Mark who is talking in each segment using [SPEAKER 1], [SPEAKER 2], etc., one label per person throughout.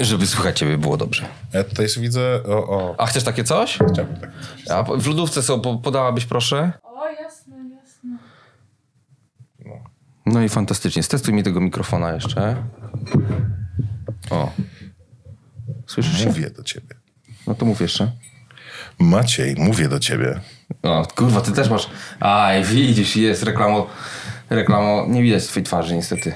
[SPEAKER 1] Żeby słychać ciebie było dobrze.
[SPEAKER 2] Ja tutaj już widzę, o, o,
[SPEAKER 1] A chcesz takie coś?
[SPEAKER 2] chciałbym tak coś.
[SPEAKER 1] A po- w lodówce są, po, podałabyś proszę?
[SPEAKER 3] O, jasne, jasne.
[SPEAKER 1] No i fantastycznie. Stestuj mi tego mikrofona jeszcze. O. Słyszysz się?
[SPEAKER 2] Mówię do ciebie.
[SPEAKER 1] No to mów jeszcze.
[SPEAKER 2] Maciej, mówię do ciebie.
[SPEAKER 1] O, kurwa, ty też masz... Aj, widzisz, jest reklamo... Reklamo... Nie widać twojej twarzy niestety.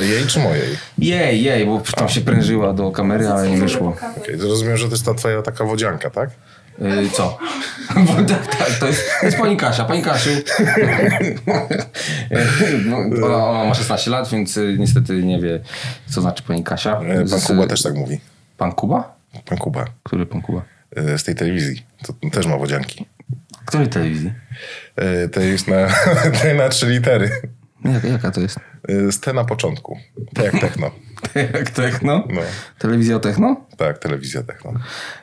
[SPEAKER 2] Jej czy mojej?
[SPEAKER 1] Jej, jej, bo tam się prężyła do kamery, ale No, nie wyszło.
[SPEAKER 2] Okej, rozumiem, że to jest ta twoja taka wodzianka, tak?
[SPEAKER 1] Yy, co? Bo tak, tak, to jest, to jest pani Kasia, pani Kasiu. No, ona, ona ma 16 lat, więc y, niestety nie wie, co znaczy pani Kasia.
[SPEAKER 2] E, Pan
[SPEAKER 1] Z-
[SPEAKER 2] Kuba też tak mówi.
[SPEAKER 1] Pan Kuba?
[SPEAKER 2] Pan Kuba
[SPEAKER 1] Który pan Kuba?
[SPEAKER 2] e, z tej telewizji. To też ma wodzianki.
[SPEAKER 1] Której telewizji?
[SPEAKER 2] E, To jest na, tej na trzy litery.
[SPEAKER 1] Jak, jaka to jest?
[SPEAKER 2] E, Z T na początku. Tak jak techno.
[SPEAKER 1] Jak techno?
[SPEAKER 2] No.
[SPEAKER 1] Telewizja techno?
[SPEAKER 2] Tak, telewizja techno.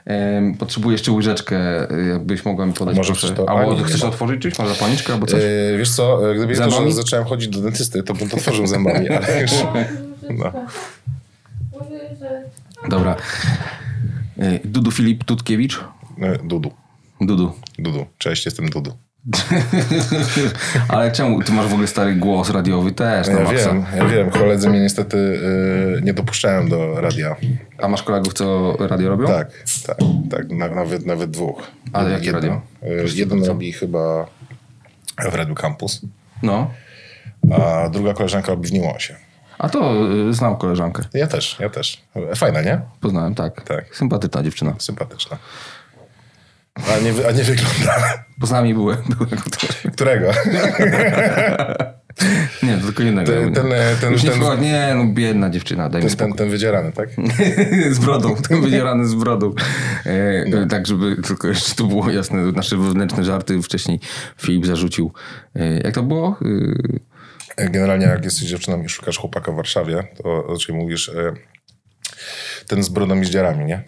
[SPEAKER 1] Em, potrzebuję jeszcze łyżeczkę, y, jakbyś mogła mi podać.
[SPEAKER 2] Może
[SPEAKER 1] proszę.
[SPEAKER 2] przecież to
[SPEAKER 1] Albo
[SPEAKER 2] pani nie
[SPEAKER 1] chcesz
[SPEAKER 2] ma.
[SPEAKER 1] otworzyć czymś? Może zapalniczkę albo coś?
[SPEAKER 2] E, Wiesz co, e, gdyby nie to,
[SPEAKER 1] Zębami?
[SPEAKER 2] że zacząłem chodzić do dentysty, to bym to tworzył zębami, ale już... No.
[SPEAKER 3] Mówię, że
[SPEAKER 1] Dobra. Y, Dudu Filip Tutkiewicz?
[SPEAKER 2] E, Dudu.
[SPEAKER 1] Dudu.
[SPEAKER 2] Dudu. Cześć, jestem Dudu.
[SPEAKER 1] Ale czemu? Ty masz w ogóle stary głos radiowy też na
[SPEAKER 2] Ja
[SPEAKER 1] No, maksa.
[SPEAKER 2] wiem, ja wiem. Koledzy mnie niestety e, nie dopuszczałem do radia.
[SPEAKER 1] A masz kolegów, co radio robią?
[SPEAKER 2] Tak, tak, tak. Na, nawet, nawet dwóch.
[SPEAKER 1] No. Ale jakie
[SPEAKER 2] Jedno-
[SPEAKER 1] radio?
[SPEAKER 2] e, Jeden robi chyba w Radio Campus,
[SPEAKER 1] No.
[SPEAKER 2] a druga koleżanka robi w Niłosie.
[SPEAKER 1] A to y, znam koleżankę.
[SPEAKER 2] Ja też, ja też. Fajna, nie?
[SPEAKER 1] Poznałem, tak.
[SPEAKER 2] Tak.
[SPEAKER 1] Sympatyczna dziewczyna.
[SPEAKER 2] Sympatyczna. A nie, wy- a nie wygląda.
[SPEAKER 1] Poznałem i byłem. byłem tutaj.
[SPEAKER 2] Którego?
[SPEAKER 1] nie, to tylko jednego.
[SPEAKER 2] Ten- ten, e, ten-
[SPEAKER 1] Już nie,
[SPEAKER 2] ten-
[SPEAKER 1] wchodź- nie, no biedna dziewczyna, daj mi
[SPEAKER 2] Jest ten, ten wydzierany, tak?
[SPEAKER 1] z brodą, ten wydzierany z brodą. E,
[SPEAKER 2] No.
[SPEAKER 1] e, Tak, żeby tylko jeszcze tu było jasne, nasze wewnętrzne żarty wcześniej Filip zarzucił. E, jak to było? E,
[SPEAKER 2] Generalnie jak jesteś dziewczyną i szukasz chłopaka w Warszawie, to raczej mówisz e, ten z brodą i z dziarami, nie?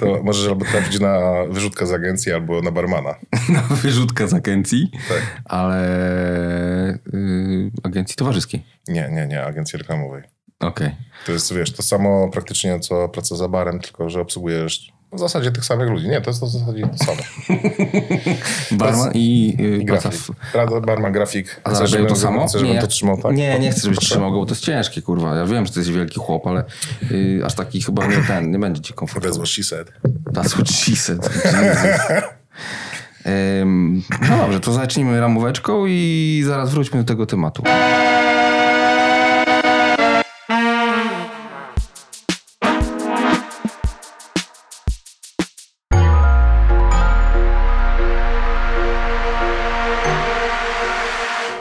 [SPEAKER 2] To możesz albo trafić na wyrzutkę z agencji, albo na barmana.
[SPEAKER 1] na wyrzutka z agencji,
[SPEAKER 2] Tak.
[SPEAKER 1] ale y, agencji towarzyskiej.
[SPEAKER 2] Nie, nie, nie, agencji reklamowej.
[SPEAKER 1] Okej.
[SPEAKER 2] To jest, wiesz, to samo praktycznie, co praca za barem, tylko że obsługujesz w zasadzie tych samych ludzi. Nie, to jest to w zasadzie to samo.
[SPEAKER 1] Barman i, y,
[SPEAKER 2] I
[SPEAKER 1] praca
[SPEAKER 2] grafik.
[SPEAKER 1] w...
[SPEAKER 2] Rado, barman, grafik.
[SPEAKER 1] A zarabiają to
[SPEAKER 2] żebym-
[SPEAKER 1] samo?
[SPEAKER 2] Chcesz, żebym
[SPEAKER 1] ja-
[SPEAKER 2] to trzymał, tak?
[SPEAKER 1] nie, nie chcę, żebyś trzymał go, bo to jest ciężkie, kurwa. Ja wiem, że ty jesteś wielki chłop, ale y, aż taki chyba nie ten, nie będzie ci
[SPEAKER 2] That's
[SPEAKER 1] komfortowo.
[SPEAKER 2] what she said.
[SPEAKER 1] That's what she said. Jesus. Ym, no dobrze, to zacznijmy ramóweczką i zaraz wróćmy do tego tematu.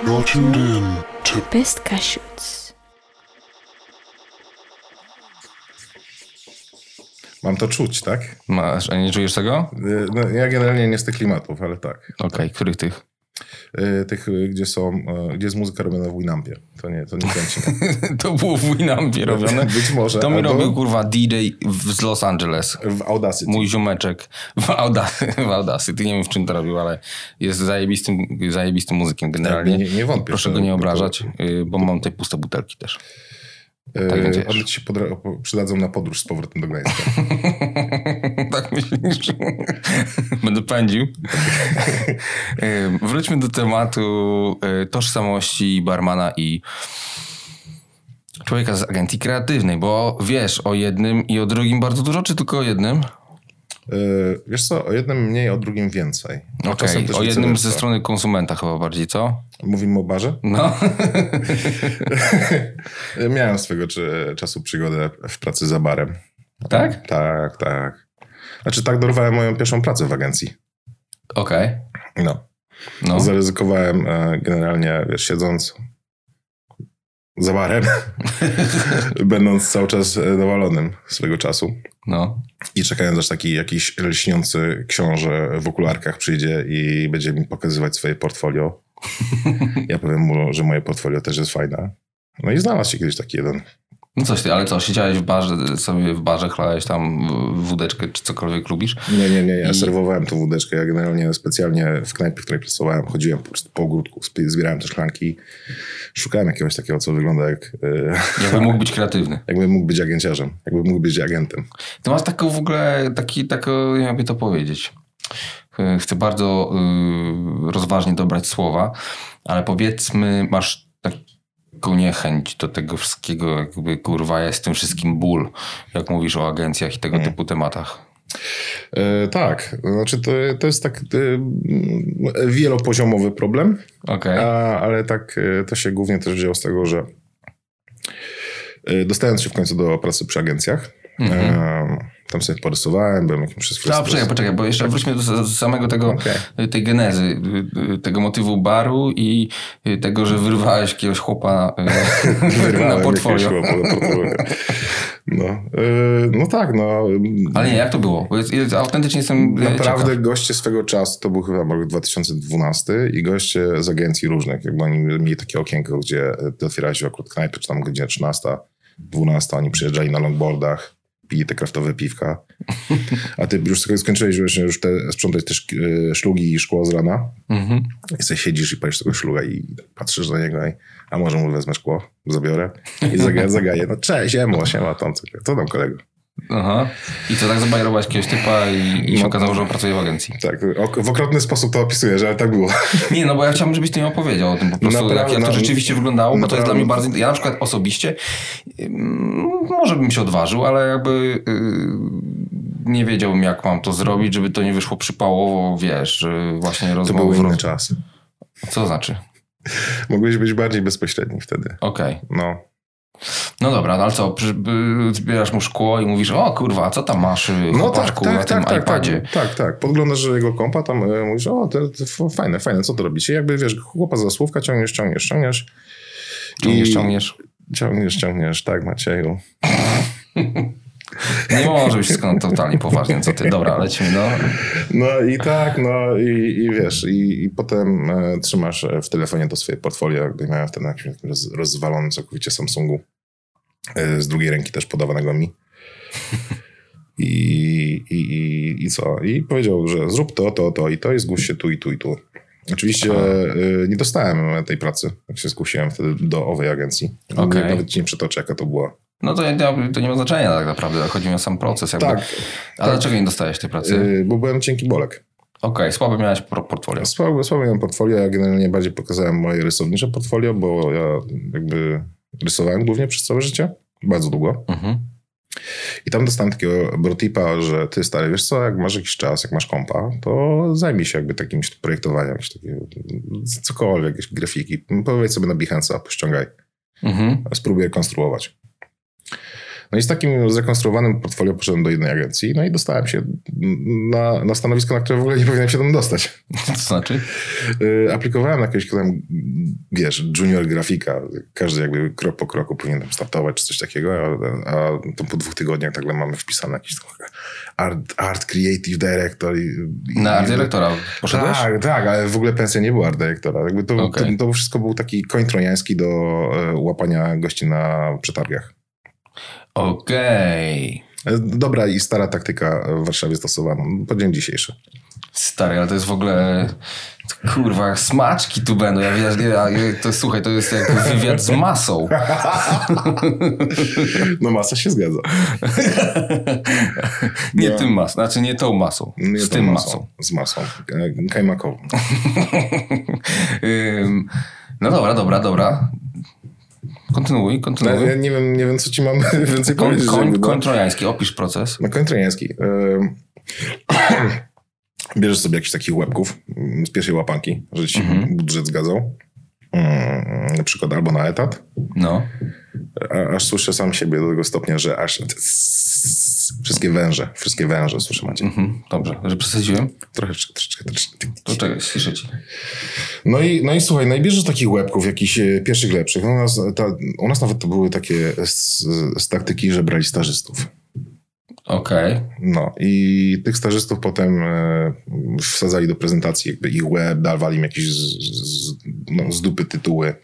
[SPEAKER 4] You're tuned in to
[SPEAKER 5] Best Cashews.
[SPEAKER 2] Mam to czuć, tak?
[SPEAKER 1] Masz, a nie czujesz tego? Okej,
[SPEAKER 2] Y, No, ja generalnie nie z tych klimatów, ale tak.
[SPEAKER 1] których tych?
[SPEAKER 2] Y, Tych, y, gdzie są, y, gdzie jest muzyka robiona w Winampie. To nie, to nie kręci. mnie.
[SPEAKER 1] to było w Winampie robione.
[SPEAKER 2] Być może,
[SPEAKER 1] To mi
[SPEAKER 2] albo-
[SPEAKER 1] robił, kurwa, DJ w- z Los Angeles.
[SPEAKER 2] W Audacity.
[SPEAKER 1] mój ziomeczek w Audacity, w Audacity, nie wiem w czym to robił, ale jest zajebistym, zajebistym muzykiem generalnie.
[SPEAKER 2] Tak, nie- nie wątpię,
[SPEAKER 1] Proszę
[SPEAKER 2] że-
[SPEAKER 1] go nie
[SPEAKER 2] to-
[SPEAKER 1] obrażać, y, bo mam tutaj puste butelki też.
[SPEAKER 2] Y,
[SPEAKER 1] tak będzie.
[SPEAKER 2] One ci się podra- po- przydadzą na podróż z powrotem do Gdańska.
[SPEAKER 1] tak myślisz? Będę pędził. Y, Wróćmy do tematu y, tożsamości barmana i człowieka z agencji kreatywnej, bo wiesz o jednym i o drugim bardzo dużo, czy tylko o jednym?
[SPEAKER 2] Y, Wiesz co, o jednym mniej, o drugim więcej. A
[SPEAKER 1] Okej,
[SPEAKER 2] czasem też
[SPEAKER 1] o
[SPEAKER 2] vice
[SPEAKER 1] jednym
[SPEAKER 2] versa.
[SPEAKER 1] ze strony konsumenta chyba bardziej, co?
[SPEAKER 2] Mówimy o barze?
[SPEAKER 1] No.
[SPEAKER 2] Y, Miałem swego czy, czasu przygodę w pracy za barem.
[SPEAKER 1] tak?
[SPEAKER 2] Tak, tak. Znaczy tak dorwałem moją pierwszą pracę w agencji.
[SPEAKER 1] Okej.
[SPEAKER 2] No.
[SPEAKER 1] No.
[SPEAKER 2] Zaryzykowałem e, generalnie, wiesz, siedząc za barem, będąc cały czas e, dowalonym swego czasu
[SPEAKER 1] No.
[SPEAKER 2] i czekając aż taki jakiś lśniący książę w okularkach przyjdzie i będzie mi pokazywać swoje portfolio. Ja powiem mu, że moje portfolio też jest fajne. No i znalazł się kiedyś taki jeden
[SPEAKER 1] No coś ty, ale co, siedziałeś w barze, sobie w barze chlałeś tam w- wódeczkę czy cokolwiek lubisz?
[SPEAKER 2] Nie, nie, nie. Ja serwowałem tą wódeczkę. Ja generalnie specjalnie w knajpie, w której pracowałem, chodziłem po prostu po ogródku, spi- zbierałem te szklanki. Szukałem jakiegoś takiego, co wygląda jak... e,
[SPEAKER 1] Jakby mógł być kreatywny.
[SPEAKER 2] Jakbym mógł być agenciarzem. Jakbym mógł być agentem.
[SPEAKER 1] Ty masz taką w ogóle, taki, taką, jakby to powiedzieć. Yy, Chcę bardzo yy, rozważnie dobrać słowa, ale powiedzmy, masz taką niechęć do tego wszystkiego, jakby kurwa, jest w tym wszystkim ból, jak mówisz o agencjach i tego typu tematach.
[SPEAKER 2] E, tak. Znaczy to, to jest tak e, m, wielopoziomowy problem.
[SPEAKER 1] Okej.
[SPEAKER 2] A, ale tak e, to się głównie też wzięło z tego, że e, dostając się w końcu do pracy przy agencjach, e, tam sobie porysowałem, byłem jakimś
[SPEAKER 1] No,
[SPEAKER 2] wszystkim.
[SPEAKER 1] poczekaj, poczekaj, bo jeszcze wróćmy do s- s- samego tego,
[SPEAKER 2] Okej.
[SPEAKER 1] tej genezy, y, y, tego motywu baru i y, tego, że wyrwałeś jakiegoś chłopa y, na portfolio.
[SPEAKER 2] No, e, no tak, no.
[SPEAKER 1] Ale nie, jak to było? Bo jest, jest, autentycznie jestem y,
[SPEAKER 2] Naprawdę
[SPEAKER 1] ciekaw.
[SPEAKER 2] goście swego czasu, to był chyba rok 2012 i goście z agencji różnych, jakby oni mieli takie okienko, gdzie otwierali się akurat knajpy, czy tam godzina 13, 12, oni przyjeżdżali na longboardach, pili te kraftowe piwka. A ty już sobie skończyłeś właśnie już te, sprzątać też e, szlugi i szkło z rana
[SPEAKER 1] Mhm.
[SPEAKER 2] i sobie siedzisz i palisz tego szluga i patrzysz na niego i a może mu wezmę szkło, zabiorę i zagaję, zagaję. No cześć, siemo, siema, tam, co, co tam kolego?
[SPEAKER 1] Aha. I co, tak zabajrować jakiegoś typa i, i się
[SPEAKER 2] No.
[SPEAKER 1] okazało, że on pracuje w agencji.
[SPEAKER 2] Tak, ok- w okropny sposób to opisujesz, ale tak było.
[SPEAKER 1] Nie, no bo ja chciałbym, żebyś ty mi opowiedział o tym po prostu,
[SPEAKER 2] Naprawdę,
[SPEAKER 1] jak, jak to
[SPEAKER 2] no,
[SPEAKER 1] rzeczywiście wyglądało, bo to jest
[SPEAKER 2] naprawdę.
[SPEAKER 1] dla mnie bardzo... Ja na przykład osobiście ym, może bym się odważył, ale jakby yy, nie wiedziałbym, jak mam to zrobić, żeby to nie wyszło przypałowo, wiesz, yy, właśnie
[SPEAKER 2] To
[SPEAKER 1] rozmowy.
[SPEAKER 2] były inne czasy.
[SPEAKER 1] Co znaczy?
[SPEAKER 2] Mogłeś być bardziej bezpośredni wtedy.
[SPEAKER 1] Okej.
[SPEAKER 2] No.
[SPEAKER 1] No dobra, no ale co, przy, yy, zbierasz mu szkło i mówisz, o kurwa, co tam masz, yy,
[SPEAKER 2] No tak,
[SPEAKER 1] chłopaczku,
[SPEAKER 2] tak,
[SPEAKER 1] na
[SPEAKER 2] tak,
[SPEAKER 1] tym
[SPEAKER 2] tak,
[SPEAKER 1] iPadzie?
[SPEAKER 2] tak, tak, tak. Podglądasz jego kompa, tam e, mówisz, o, to, to f- fajne, fajne, co to robicie? Jakby, wiesz, chłopa za słówka ciągniesz, ciągniesz, ciągniesz.
[SPEAKER 1] Ciągniesz,
[SPEAKER 2] I-
[SPEAKER 1] ciągniesz.
[SPEAKER 2] Ciągniesz, ciągniesz, tak Macieju.
[SPEAKER 1] Nie może być wszystko na totalnie poważnie, co ty. Dobra, lecimy, no.
[SPEAKER 2] No i tak, no i, i wiesz, i, i potem e, trzymasz e, w telefonie to swoje portfolio, jakby miałem wtedy na jakimś takim roz, rozwalonym całkowicie Samsungu, e, z drugiej ręki też podawanego mi. I, i, i, I co? I powiedział, że zrób to, to, to i to i zgłoś się tu i tu i tu. Oczywiście e, nie dostałem tej pracy, jak się zgłosiłem wtedy do owej agencji.
[SPEAKER 1] Okej.
[SPEAKER 2] Nie, nawet ci nie przytoczę, jaka to była.
[SPEAKER 1] No to, nie- to nie ma znaczenia tak naprawdę, chodzi mi o sam proces. Jakby.
[SPEAKER 2] Tak,
[SPEAKER 1] Ale dlaczego nie dostajesz tej pracy? Okej,
[SPEAKER 2] e, bo byłem cienki bolek.
[SPEAKER 1] słabe miałeś pro- portfolio.
[SPEAKER 2] Słabo, słabo miałem portfolio, ja generalnie bardziej pokazałem moje rysownicze portfolio, bo ja jakby rysowałem głównie przez całe życie, bardzo długo.
[SPEAKER 1] Mhm.
[SPEAKER 2] I tam dostałem takiego brotipa, że ty stary, wiesz co, jak masz jakiś czas, jak masz kompa, to zajmij się jakby takim projektowaniem, jakieś takie, cokolwiek, jakieś grafiki. Powiedz sobie na Behance'a, pościągaj,
[SPEAKER 1] Mhm.
[SPEAKER 2] spróbuj konstruować. No i z takim zrekonstruowanym portfolio poszedłem do jednej agencji, no i dostałem się na, na stanowisko, na które w ogóle nie powinienem się tam dostać.
[SPEAKER 1] Co to znaczy?
[SPEAKER 2] Y, aplikowałem na jakiegoś tam, wiesz, junior grafika. Każdy jakby krok po kroku powinien tam startować czy coś takiego, a, a to po dwóch tygodniach nagle mamy wpisane jakiś tam art, art creative director. I, i-
[SPEAKER 1] Na art dyrektora poszedłeś?
[SPEAKER 2] Tak, tak, ale w ogóle pensja nie była art dyrektora. Jakby to,
[SPEAKER 1] Okej.
[SPEAKER 2] to, to wszystko był taki koń trojański do e, łapania gości na przetargach.
[SPEAKER 1] Okej.
[SPEAKER 2] E, Dobra i stara taktyka w Warszawie stosowana po dzień dzisiejszy.
[SPEAKER 1] Stary, ale to jest w ogóle... to Kurwa, smaczki tu będą. Ja wiesz, ja, ja, to słuchaj, to jest jak wywiad z masą.
[SPEAKER 2] No masa się zgadza.
[SPEAKER 1] Nie
[SPEAKER 2] No.
[SPEAKER 1] tym masą, znaczy nie tą masą.
[SPEAKER 2] Nie
[SPEAKER 1] z
[SPEAKER 2] tą
[SPEAKER 1] tym masą.
[SPEAKER 2] Z masą. E, Kajmakową.
[SPEAKER 1] Ym, no dobra, dobra, dobra. Kontynuuj,
[SPEAKER 2] No, ja
[SPEAKER 1] kontynuuj.
[SPEAKER 2] nie wiem, nie wiem, co ci mam więcej
[SPEAKER 1] Koń,
[SPEAKER 2] powiedzieć.
[SPEAKER 1] koń,
[SPEAKER 2] jakby, no.
[SPEAKER 1] koń trojański, opisz proces.
[SPEAKER 2] No, koń trojański. Ym, Bierzesz sobie jakiś takich łebków ym, z pierwszej łapanki, że ci
[SPEAKER 1] Mhm.
[SPEAKER 2] budżet zgadzał. Ym, Na przykład albo na etat.
[SPEAKER 1] No.
[SPEAKER 2] A, aż słyszę sam siebie do tego stopnia, że aż wszystkie węże, wszystkie węże słyszę macie.
[SPEAKER 1] Mhm, dobrze, że przesadziłem.
[SPEAKER 2] Trochę, troszeczkę, troszeczkę.
[SPEAKER 1] To czekaj, ciszę ci.
[SPEAKER 2] No i, no i słuchaj, no i bierzesz takich łebków, jakichś e, pierwszych lepszych. U nas, ta, u nas nawet to były takie z, z taktyki, że brali stażystów.
[SPEAKER 1] Okej.
[SPEAKER 2] No i tych stażystów potem e, wsadzali do prezentacji, jakby ich łeb, dawali im jakieś z, z, no, z dupy tytuły.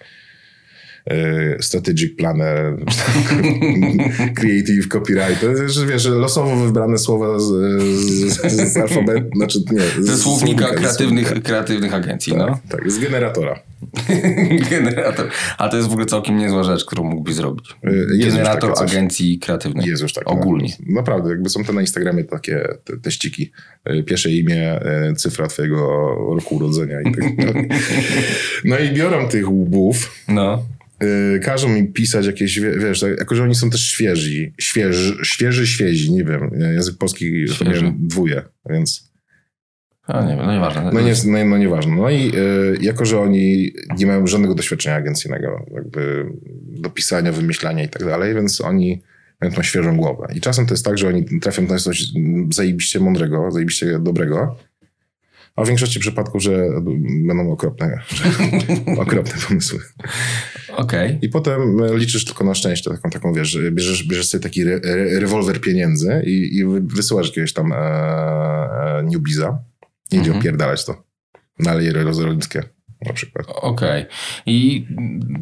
[SPEAKER 2] e, strategic planner, creative copywriter, że wiesz, że losowo wybrane słowa z, z, z, z alfabetu, znaczy nie. z-
[SPEAKER 1] Ze
[SPEAKER 2] z
[SPEAKER 1] słownika
[SPEAKER 2] ze
[SPEAKER 1] kreatywnych,
[SPEAKER 2] słownika.
[SPEAKER 1] kreatywnych agencji, no.
[SPEAKER 2] Tak, tak, z generatora.
[SPEAKER 1] Generator. Ale to jest w ogóle całkiem niezła rzecz, którą mógłbyś zrobić.
[SPEAKER 2] Y, jest już
[SPEAKER 1] Generator
[SPEAKER 2] takie coś.
[SPEAKER 1] agencji kreatywnych.
[SPEAKER 2] Jest już tak.
[SPEAKER 1] Ogólnie.
[SPEAKER 2] Naprawdę, jakby są te na Instagramie takie te, teściki. Y, Pierwsze imię, y, cyfra twojego roku urodzenia i tak dalej. No i biorą tych łbów,
[SPEAKER 1] No.
[SPEAKER 2] y, każą mi pisać jakieś, wie- wiesz, tak, jako że oni są też świeżi, świeży, świeży, świezi, nie wiem, e, język polski to nie
[SPEAKER 1] Świeży.
[SPEAKER 2] wiem, dwuje, więc...
[SPEAKER 1] A nie wiem, no nieważne.
[SPEAKER 2] No, nie, no, no nieważne. No i y, jako, że oni nie mają żadnego doświadczenia agencyjnego, jakby do pisania, wymyślania i tak dalej, więc oni mają tą świeżą głowę. I czasem to jest tak, że oni trafią na coś zajebiście mądrego, zajebiście dobrego, a w większości przypadków, że będą okropne, okropne pomysły.
[SPEAKER 1] Okej.
[SPEAKER 2] I potem e, liczysz tylko na szczęście, taką, taką wiesz, że bierzesz, bierzesz sobie taki re, re, rewolwer pieniędzy i, i wy- wysyłasz jakiegoś tam e, e, newbiza. Idzie
[SPEAKER 1] Mhm.
[SPEAKER 2] opierdalać to. Na Aleje Jerozolimskie na przykład.
[SPEAKER 1] Okej. I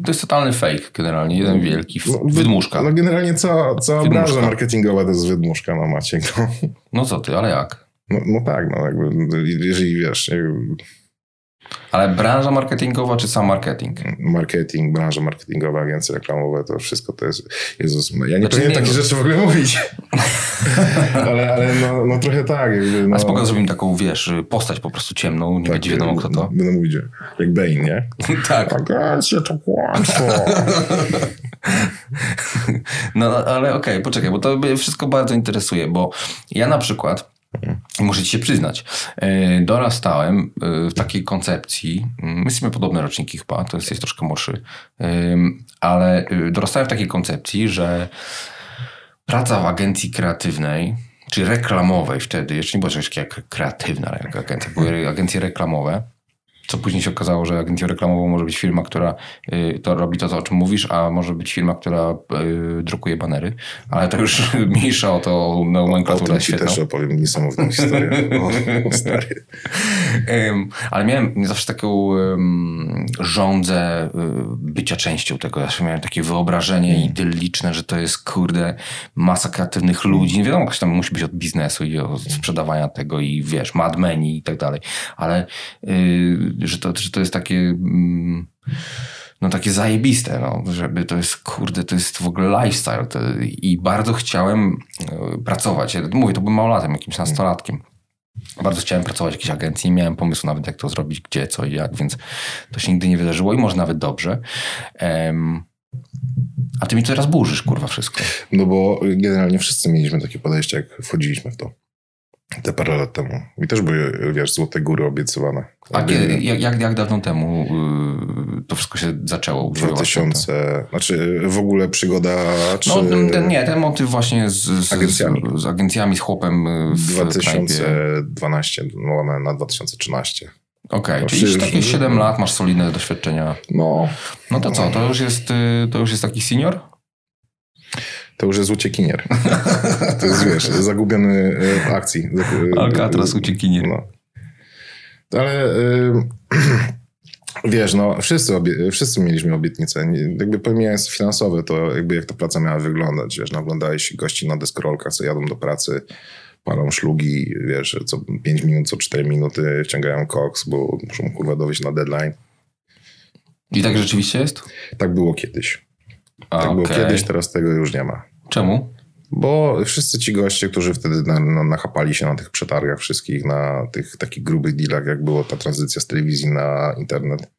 [SPEAKER 1] to jest totalny fake generalnie. Jeden wielki f-
[SPEAKER 2] No, wy-
[SPEAKER 1] wydmuszka.
[SPEAKER 2] No generalnie cała, cała
[SPEAKER 1] Wydmuszka.
[SPEAKER 2] branża marketingowa to jest wydmuszka, no Maciek. No,
[SPEAKER 1] No co ty, ale jak?
[SPEAKER 2] no, no tak, no jakby, jeżeli wiesz, jakby
[SPEAKER 1] Ale branża marketingowa czy sam marketing?
[SPEAKER 2] marketing, branża marketingowa, agencje reklamowe, to wszystko to jest... Jezus, ja nie
[SPEAKER 1] Znaczy,
[SPEAKER 2] powinienem
[SPEAKER 1] nie,
[SPEAKER 2] takich
[SPEAKER 1] no.
[SPEAKER 2] rzeczy w ogóle mówić. ale ale no, no trochę tak. Jakby, no. Tak, y,
[SPEAKER 1] A spoko zrobimy taką, wiesz, postać po prostu ciemną, nie będzie wiadomo kto to.
[SPEAKER 2] no, Będą mówić, jak Bane, nie?
[SPEAKER 1] tak.
[SPEAKER 2] Agencja to kłamstwo.
[SPEAKER 1] No ale okej, poczekaj, bo to mnie wszystko bardzo interesuje, bo ja na przykład, muszę ci się przyznać, e, dorastałem e, w takiej koncepcji, mm, my jesteśmy podobne roczniki chyba, to jesteś troszkę młodszy, ym, ale y, dorastałem w takiej koncepcji, że praca w agencji kreatywnej, czy reklamowej wtedy, jeszcze nie było czegoś takiego jak kreatywna ale jak agencja, były agencje reklamowe, co później się okazało, że agencją reklamową może być firma, która y, to robi to, o czym mówisz, a może być firma, która y, drukuje banery, ale to już mniejsza o to
[SPEAKER 2] O tym
[SPEAKER 1] nomenklaturę
[SPEAKER 2] ci
[SPEAKER 1] świetną.
[SPEAKER 2] też opowiem niesamowitą historię. O, stary.
[SPEAKER 1] Em, ale miałem zawsze taką um, żądzę y, bycia częścią tego. Zawsze miałem takie wyobrażenie idylliczne, że to jest kurde masa kreatywnych ludzi. Nie wiadomo, ktoś tam musi być od biznesu i od sprzedawania tego i wiesz, Mad Men i tak dalej. Ale y, że, to, że to jest takie... mm, no takie zajebiste, no, żeby to jest, kurde, to jest w ogóle lifestyle to, i bardzo chciałem y, pracować. Ja Mówię, to byłem małolatem, jakimś nastolatkiem. Bardzo chciałem pracować w jakiejś agencji, nie miałem pomysłu nawet jak to zrobić, gdzie, co i jak, więc to się nigdy nie wydarzyło i może nawet dobrze. Em, a ty mi teraz burzysz, kurwa, wszystko.
[SPEAKER 2] No bo generalnie wszyscy mieliśmy takie podejście, jak wchodziliśmy w to. Te parę lat temu. I też były, wiesz, złote góry obiecywane.
[SPEAKER 1] A
[SPEAKER 2] Jakby
[SPEAKER 1] kiedy, jak, jak, jak dawno temu y, to wszystko się zaczęło? używać?
[SPEAKER 2] 2000, znaczy w ogóle przygoda, czy...
[SPEAKER 1] No ten, ten, nie, ten motyw właśnie z, z,
[SPEAKER 2] Agencjami.
[SPEAKER 1] z, z agencjami, z chłopem y, w knajpie.
[SPEAKER 2] 2012, no na- na 2013.
[SPEAKER 1] Okej,
[SPEAKER 2] No,
[SPEAKER 1] czyli
[SPEAKER 2] przecież-
[SPEAKER 1] już takie 7 lat, masz solidne doświadczenia.
[SPEAKER 2] No,
[SPEAKER 1] No to co, to już jest, y, to już jest taki senior?
[SPEAKER 2] To już jest uciekinier. To jest, wiesz, zagubiony e, w akcji. Zagu- e,
[SPEAKER 1] Alcatraz
[SPEAKER 2] e,
[SPEAKER 1] uciekinier.
[SPEAKER 2] No. Ale e, wiesz, no wszyscy, obie, wszyscy mieliśmy obietnice. Nie- Jakby pomijając finansowe, to jakby jak ta praca miała wyglądać. Wiesz, no, oglądałeś gości na deskorolkach, co jadą do pracy, palą szlugi, wiesz, co 5 minut, co 4 minuty wciągają koks, bo muszą kurwa dowieść na deadline.
[SPEAKER 1] I tak rzeczywiście jest?
[SPEAKER 2] Tak było kiedyś.
[SPEAKER 1] A,
[SPEAKER 2] Tak było
[SPEAKER 1] okej.
[SPEAKER 2] kiedyś, teraz tego już nie ma.
[SPEAKER 1] Czemu?
[SPEAKER 2] Bo wszyscy ci goście, którzy wtedy na, na, nachapali się na tych przetargach wszystkich, na tych takich grubych dealach, jak było ta tranzycja z telewizji na internet,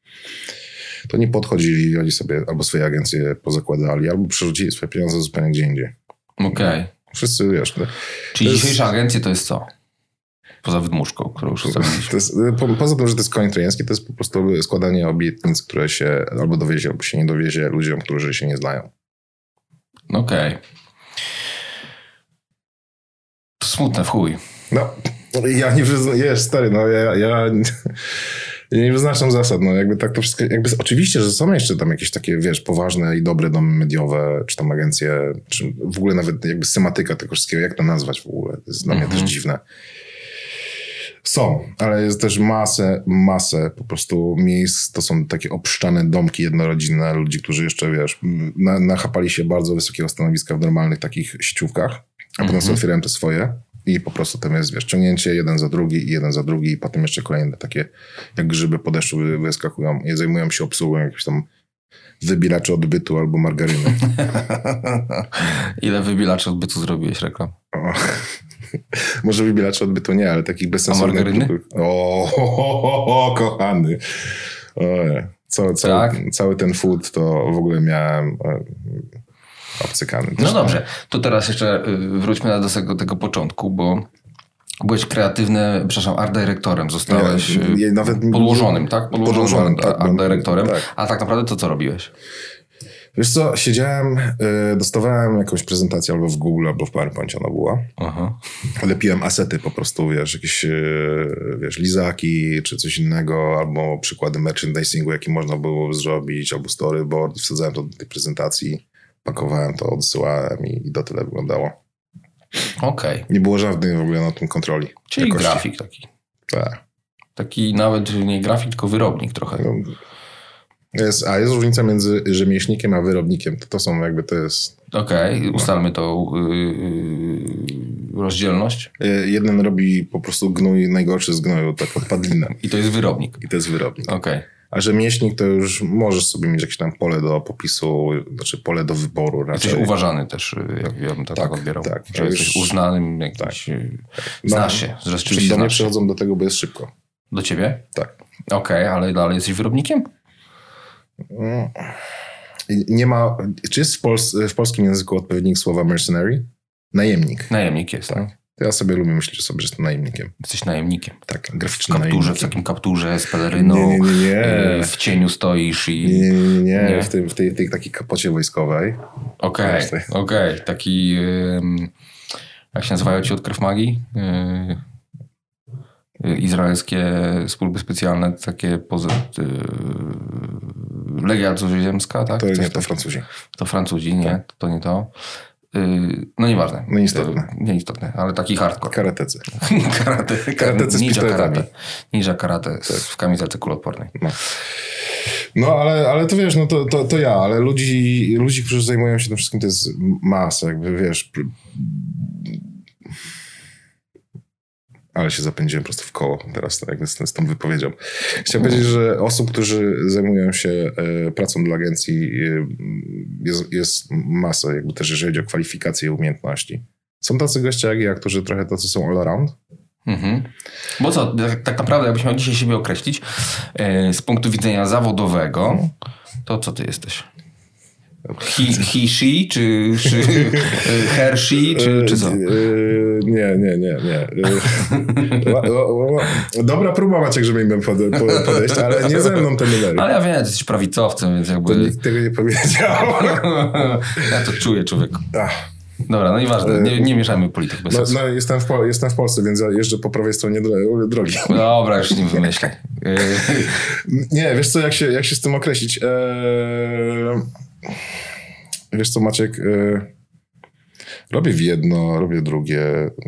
[SPEAKER 2] to nie podchodzili, oni sobie albo swoje agencje pozakładali, albo przerzucili swoje pieniądze zupełnie gdzie indziej.
[SPEAKER 1] Okej.
[SPEAKER 2] Wszyscy, wiesz, to,
[SPEAKER 1] Czyli
[SPEAKER 2] To jest-
[SPEAKER 1] dzisiejsze agencje to jest co? Poza wydmuszką, którą już zrobiliśmy.
[SPEAKER 2] to jest, y, po, poza tym, że to jest koń trojański, to jest po prostu składanie obietnic, które się albo dowiezie, albo się nie dowiezie ludziom, którzy się nie znają.
[SPEAKER 1] No Okej. To smutne, w chuj.
[SPEAKER 2] No, ja nie wyznaczam, stary, no ja, ja, ja nie wyznaczam zasad, no jakby tak to wszystko, jakby oczywiście, że są jeszcze tam jakieś takie, wiesz, poważne i dobre domy mediowe, czy tam agencje, czy w ogóle nawet jakby sematyka tego wszystkiego, jak to nazwać w ogóle, to jest dla mnie
[SPEAKER 1] Mhm.
[SPEAKER 2] też dziwne. Są, ale jest też masę, masę po prostu miejsc. To są takie obszczane domki jednorodzinne ludzi, którzy jeszcze, wiesz, m, na, nachapali się bardzo wysokiego stanowiska w normalnych takich sieciówkach, a potem sobie otwierają te swoje i po prostu tam jest, wiesz, ciągnięcie jeden za drugi i jeden za drugi i potem jeszcze kolejne takie, jak grzyby po deszczu wy- wyskakują i zajmują się obsługą jakichś tam wybilaczy odbytu albo margaryny.
[SPEAKER 1] Ile wybilaczy odbytu zrobiłeś reklam?
[SPEAKER 2] O. Może wybielaczy odbytu nie, ale takich bezsensownych...
[SPEAKER 1] margaryny?
[SPEAKER 2] produktów. O, ho, ho, ho, ho, kochany. Ojej. Cały, cały,
[SPEAKER 1] Tak.
[SPEAKER 2] cały ten food to w ogóle miałem e, obcykany. też,
[SPEAKER 1] No
[SPEAKER 2] nie?
[SPEAKER 1] dobrze, to teraz jeszcze y, wróćmy do tego, tego początku, bo byłeś kreatywny, przepraszam, art dyrektorem, zostałeś
[SPEAKER 2] Ja- ja
[SPEAKER 1] y,
[SPEAKER 2] nawet-
[SPEAKER 1] podłożonym, tak?
[SPEAKER 2] Podłożonym, tak,
[SPEAKER 1] art
[SPEAKER 2] no,
[SPEAKER 1] dyrektorem,
[SPEAKER 2] tak.
[SPEAKER 1] a tak naprawdę to co robiłeś?
[SPEAKER 2] Wiesz co, siedziałem, e, dostawałem jakąś prezentację albo w Google, albo w PowerPoincie ona była.
[SPEAKER 1] Aha.
[SPEAKER 2] lepiłem asety po prostu, wiesz, jakieś yy, wiesz, lizaki czy coś innego, albo przykłady merchandisingu, jaki można było zrobić, albo storyboard, wsadzałem to do tej prezentacji, pakowałem to, odsyłałem i, i do tyle wyglądało.
[SPEAKER 1] Okej,
[SPEAKER 2] Nie było żadnej w ogóle na tym kontroli.
[SPEAKER 1] czyli
[SPEAKER 2] jakości.
[SPEAKER 1] grafik taki.
[SPEAKER 2] Tak.
[SPEAKER 1] Taki nawet nie grafik, tylko wyrobnik trochę.
[SPEAKER 2] No, Jest, a jest różnica między rzemieślnikiem a wyrobnikiem. To, to są jakby, to jest...
[SPEAKER 1] Okej,
[SPEAKER 2] No.
[SPEAKER 1] ustalmy tą y, y, rozdzielność
[SPEAKER 2] yy, Jeden robi po prostu gnój, najgorszy z gnoju, taką padlinę.
[SPEAKER 1] i to jest wyrobnik.
[SPEAKER 2] I to jest wyrobnik.
[SPEAKER 1] Okej,
[SPEAKER 2] A rzemieślnik to już możesz sobie mieć jakieś tam pole do popisu, znaczy pole do wyboru
[SPEAKER 1] jesteś
[SPEAKER 2] raczej.
[SPEAKER 1] uważany też, y, jak ja bym to tak,
[SPEAKER 2] Znaczy- Tak,
[SPEAKER 1] odbierał.
[SPEAKER 2] tak.
[SPEAKER 1] że jesteś
[SPEAKER 2] Już- tak.
[SPEAKER 1] uznanym jakimś... y, Znasz się,
[SPEAKER 2] No, Czyli
[SPEAKER 1] rzeczywiście
[SPEAKER 2] do mnie
[SPEAKER 1] znasz się.
[SPEAKER 2] przychodzą do tego, bo jest szybko.
[SPEAKER 1] Do ciebie?
[SPEAKER 2] Tak.
[SPEAKER 1] Okej, ale dalej jesteś wyrobnikiem?
[SPEAKER 2] Mm. I Nie ma, czy jest w, pols- w polskim języku odpowiednik słowa mercenary? Najemnik.
[SPEAKER 1] Najemnik jest.
[SPEAKER 2] Tak.
[SPEAKER 1] no.
[SPEAKER 2] To ja sobie lubię myśleć sobie, że jestem najemnikiem.
[SPEAKER 1] Jesteś najemnikiem.
[SPEAKER 2] Tak,
[SPEAKER 1] W
[SPEAKER 2] graficznym
[SPEAKER 1] kapturze,
[SPEAKER 2] najemnikiem.
[SPEAKER 1] w takim kapturze z peleryną.
[SPEAKER 2] nie, nie, nie,
[SPEAKER 1] y,
[SPEAKER 2] nie.
[SPEAKER 1] W cieniu stoisz i...
[SPEAKER 2] Nie, nie, nie, nie,
[SPEAKER 1] Nie.
[SPEAKER 2] W, tym, w tej, tej takiej kapocie wojskowej.
[SPEAKER 1] Okej,
[SPEAKER 2] Wiesz, tak.
[SPEAKER 1] okej. Taki... ym, jak się nazywają ci od krew magii? Y, y, Izraelskie służby specjalne, takie poza... y, Legia Cudzoziemska, tak?
[SPEAKER 2] To
[SPEAKER 1] Coś
[SPEAKER 2] nie, to
[SPEAKER 1] takiego.
[SPEAKER 2] Francuzi.
[SPEAKER 1] To Francuzi, nie, to nie to. Yy, no nieważne.
[SPEAKER 2] No nieistotne.
[SPEAKER 1] Yy, Nieistotne, ale taki hardcore.
[SPEAKER 2] Karatecy.
[SPEAKER 1] karate.
[SPEAKER 2] Karatece z
[SPEAKER 1] ninja
[SPEAKER 2] pistoletami.
[SPEAKER 1] karate. Ninja karate
[SPEAKER 2] Tak.
[SPEAKER 1] z- w kamizelce kuloodpornej.
[SPEAKER 2] No, ale, ale to wiesz, no to, to, to ja, ale ludzi, ludzi, którzy zajmują się tym wszystkim, to jest masa, jakby wiesz. pr- Ale się zapędziłem po prostu w koło teraz, tak, jakby z, z tą wypowiedzią. Chciałem powiedzieć, że osób, którzy zajmują się e, pracą dla agencji, e, jest, jest masa, jakby też jeżeli chodzi o kwalifikacje i umiejętności. Są tacy goście jak ja, którzy trochę tacy są all around.
[SPEAKER 1] Mhm. Bo co, tak, tak naprawdę jakbyś miał dzisiaj siebie określić yy, z punktu widzenia zawodowego, to co ty jesteś? He, he she, czy, czy yy, her she, czy, czy co?
[SPEAKER 2] E, e, nie, nie, nie, nie. E, ła- ła- ła- Dobra próba Maciek, żeby im pod, po- podejść, ale nie ze mną te numery.
[SPEAKER 1] Ale ja wiem, ty jesteś prawicowcem, więc
[SPEAKER 2] To
[SPEAKER 1] jakby...
[SPEAKER 2] nikt tego nie powiedział.
[SPEAKER 1] ja to czuję, człowieku.
[SPEAKER 2] Ach,
[SPEAKER 1] Dobra, no nieważne, nie, nie mieszajmy polityk bez
[SPEAKER 2] No,
[SPEAKER 1] sensu.
[SPEAKER 2] no jestem, w Pol- jestem w Polsce, więc ja jeżdżę po prawej stronie dro- drogi.
[SPEAKER 1] Dobra, już nie wymyślaj. Yy,
[SPEAKER 2] Nie, wiesz co, jak się, jak się z tym określić? Eee, wiesz co, Maciek, eee, robię w jedno, robię drugie.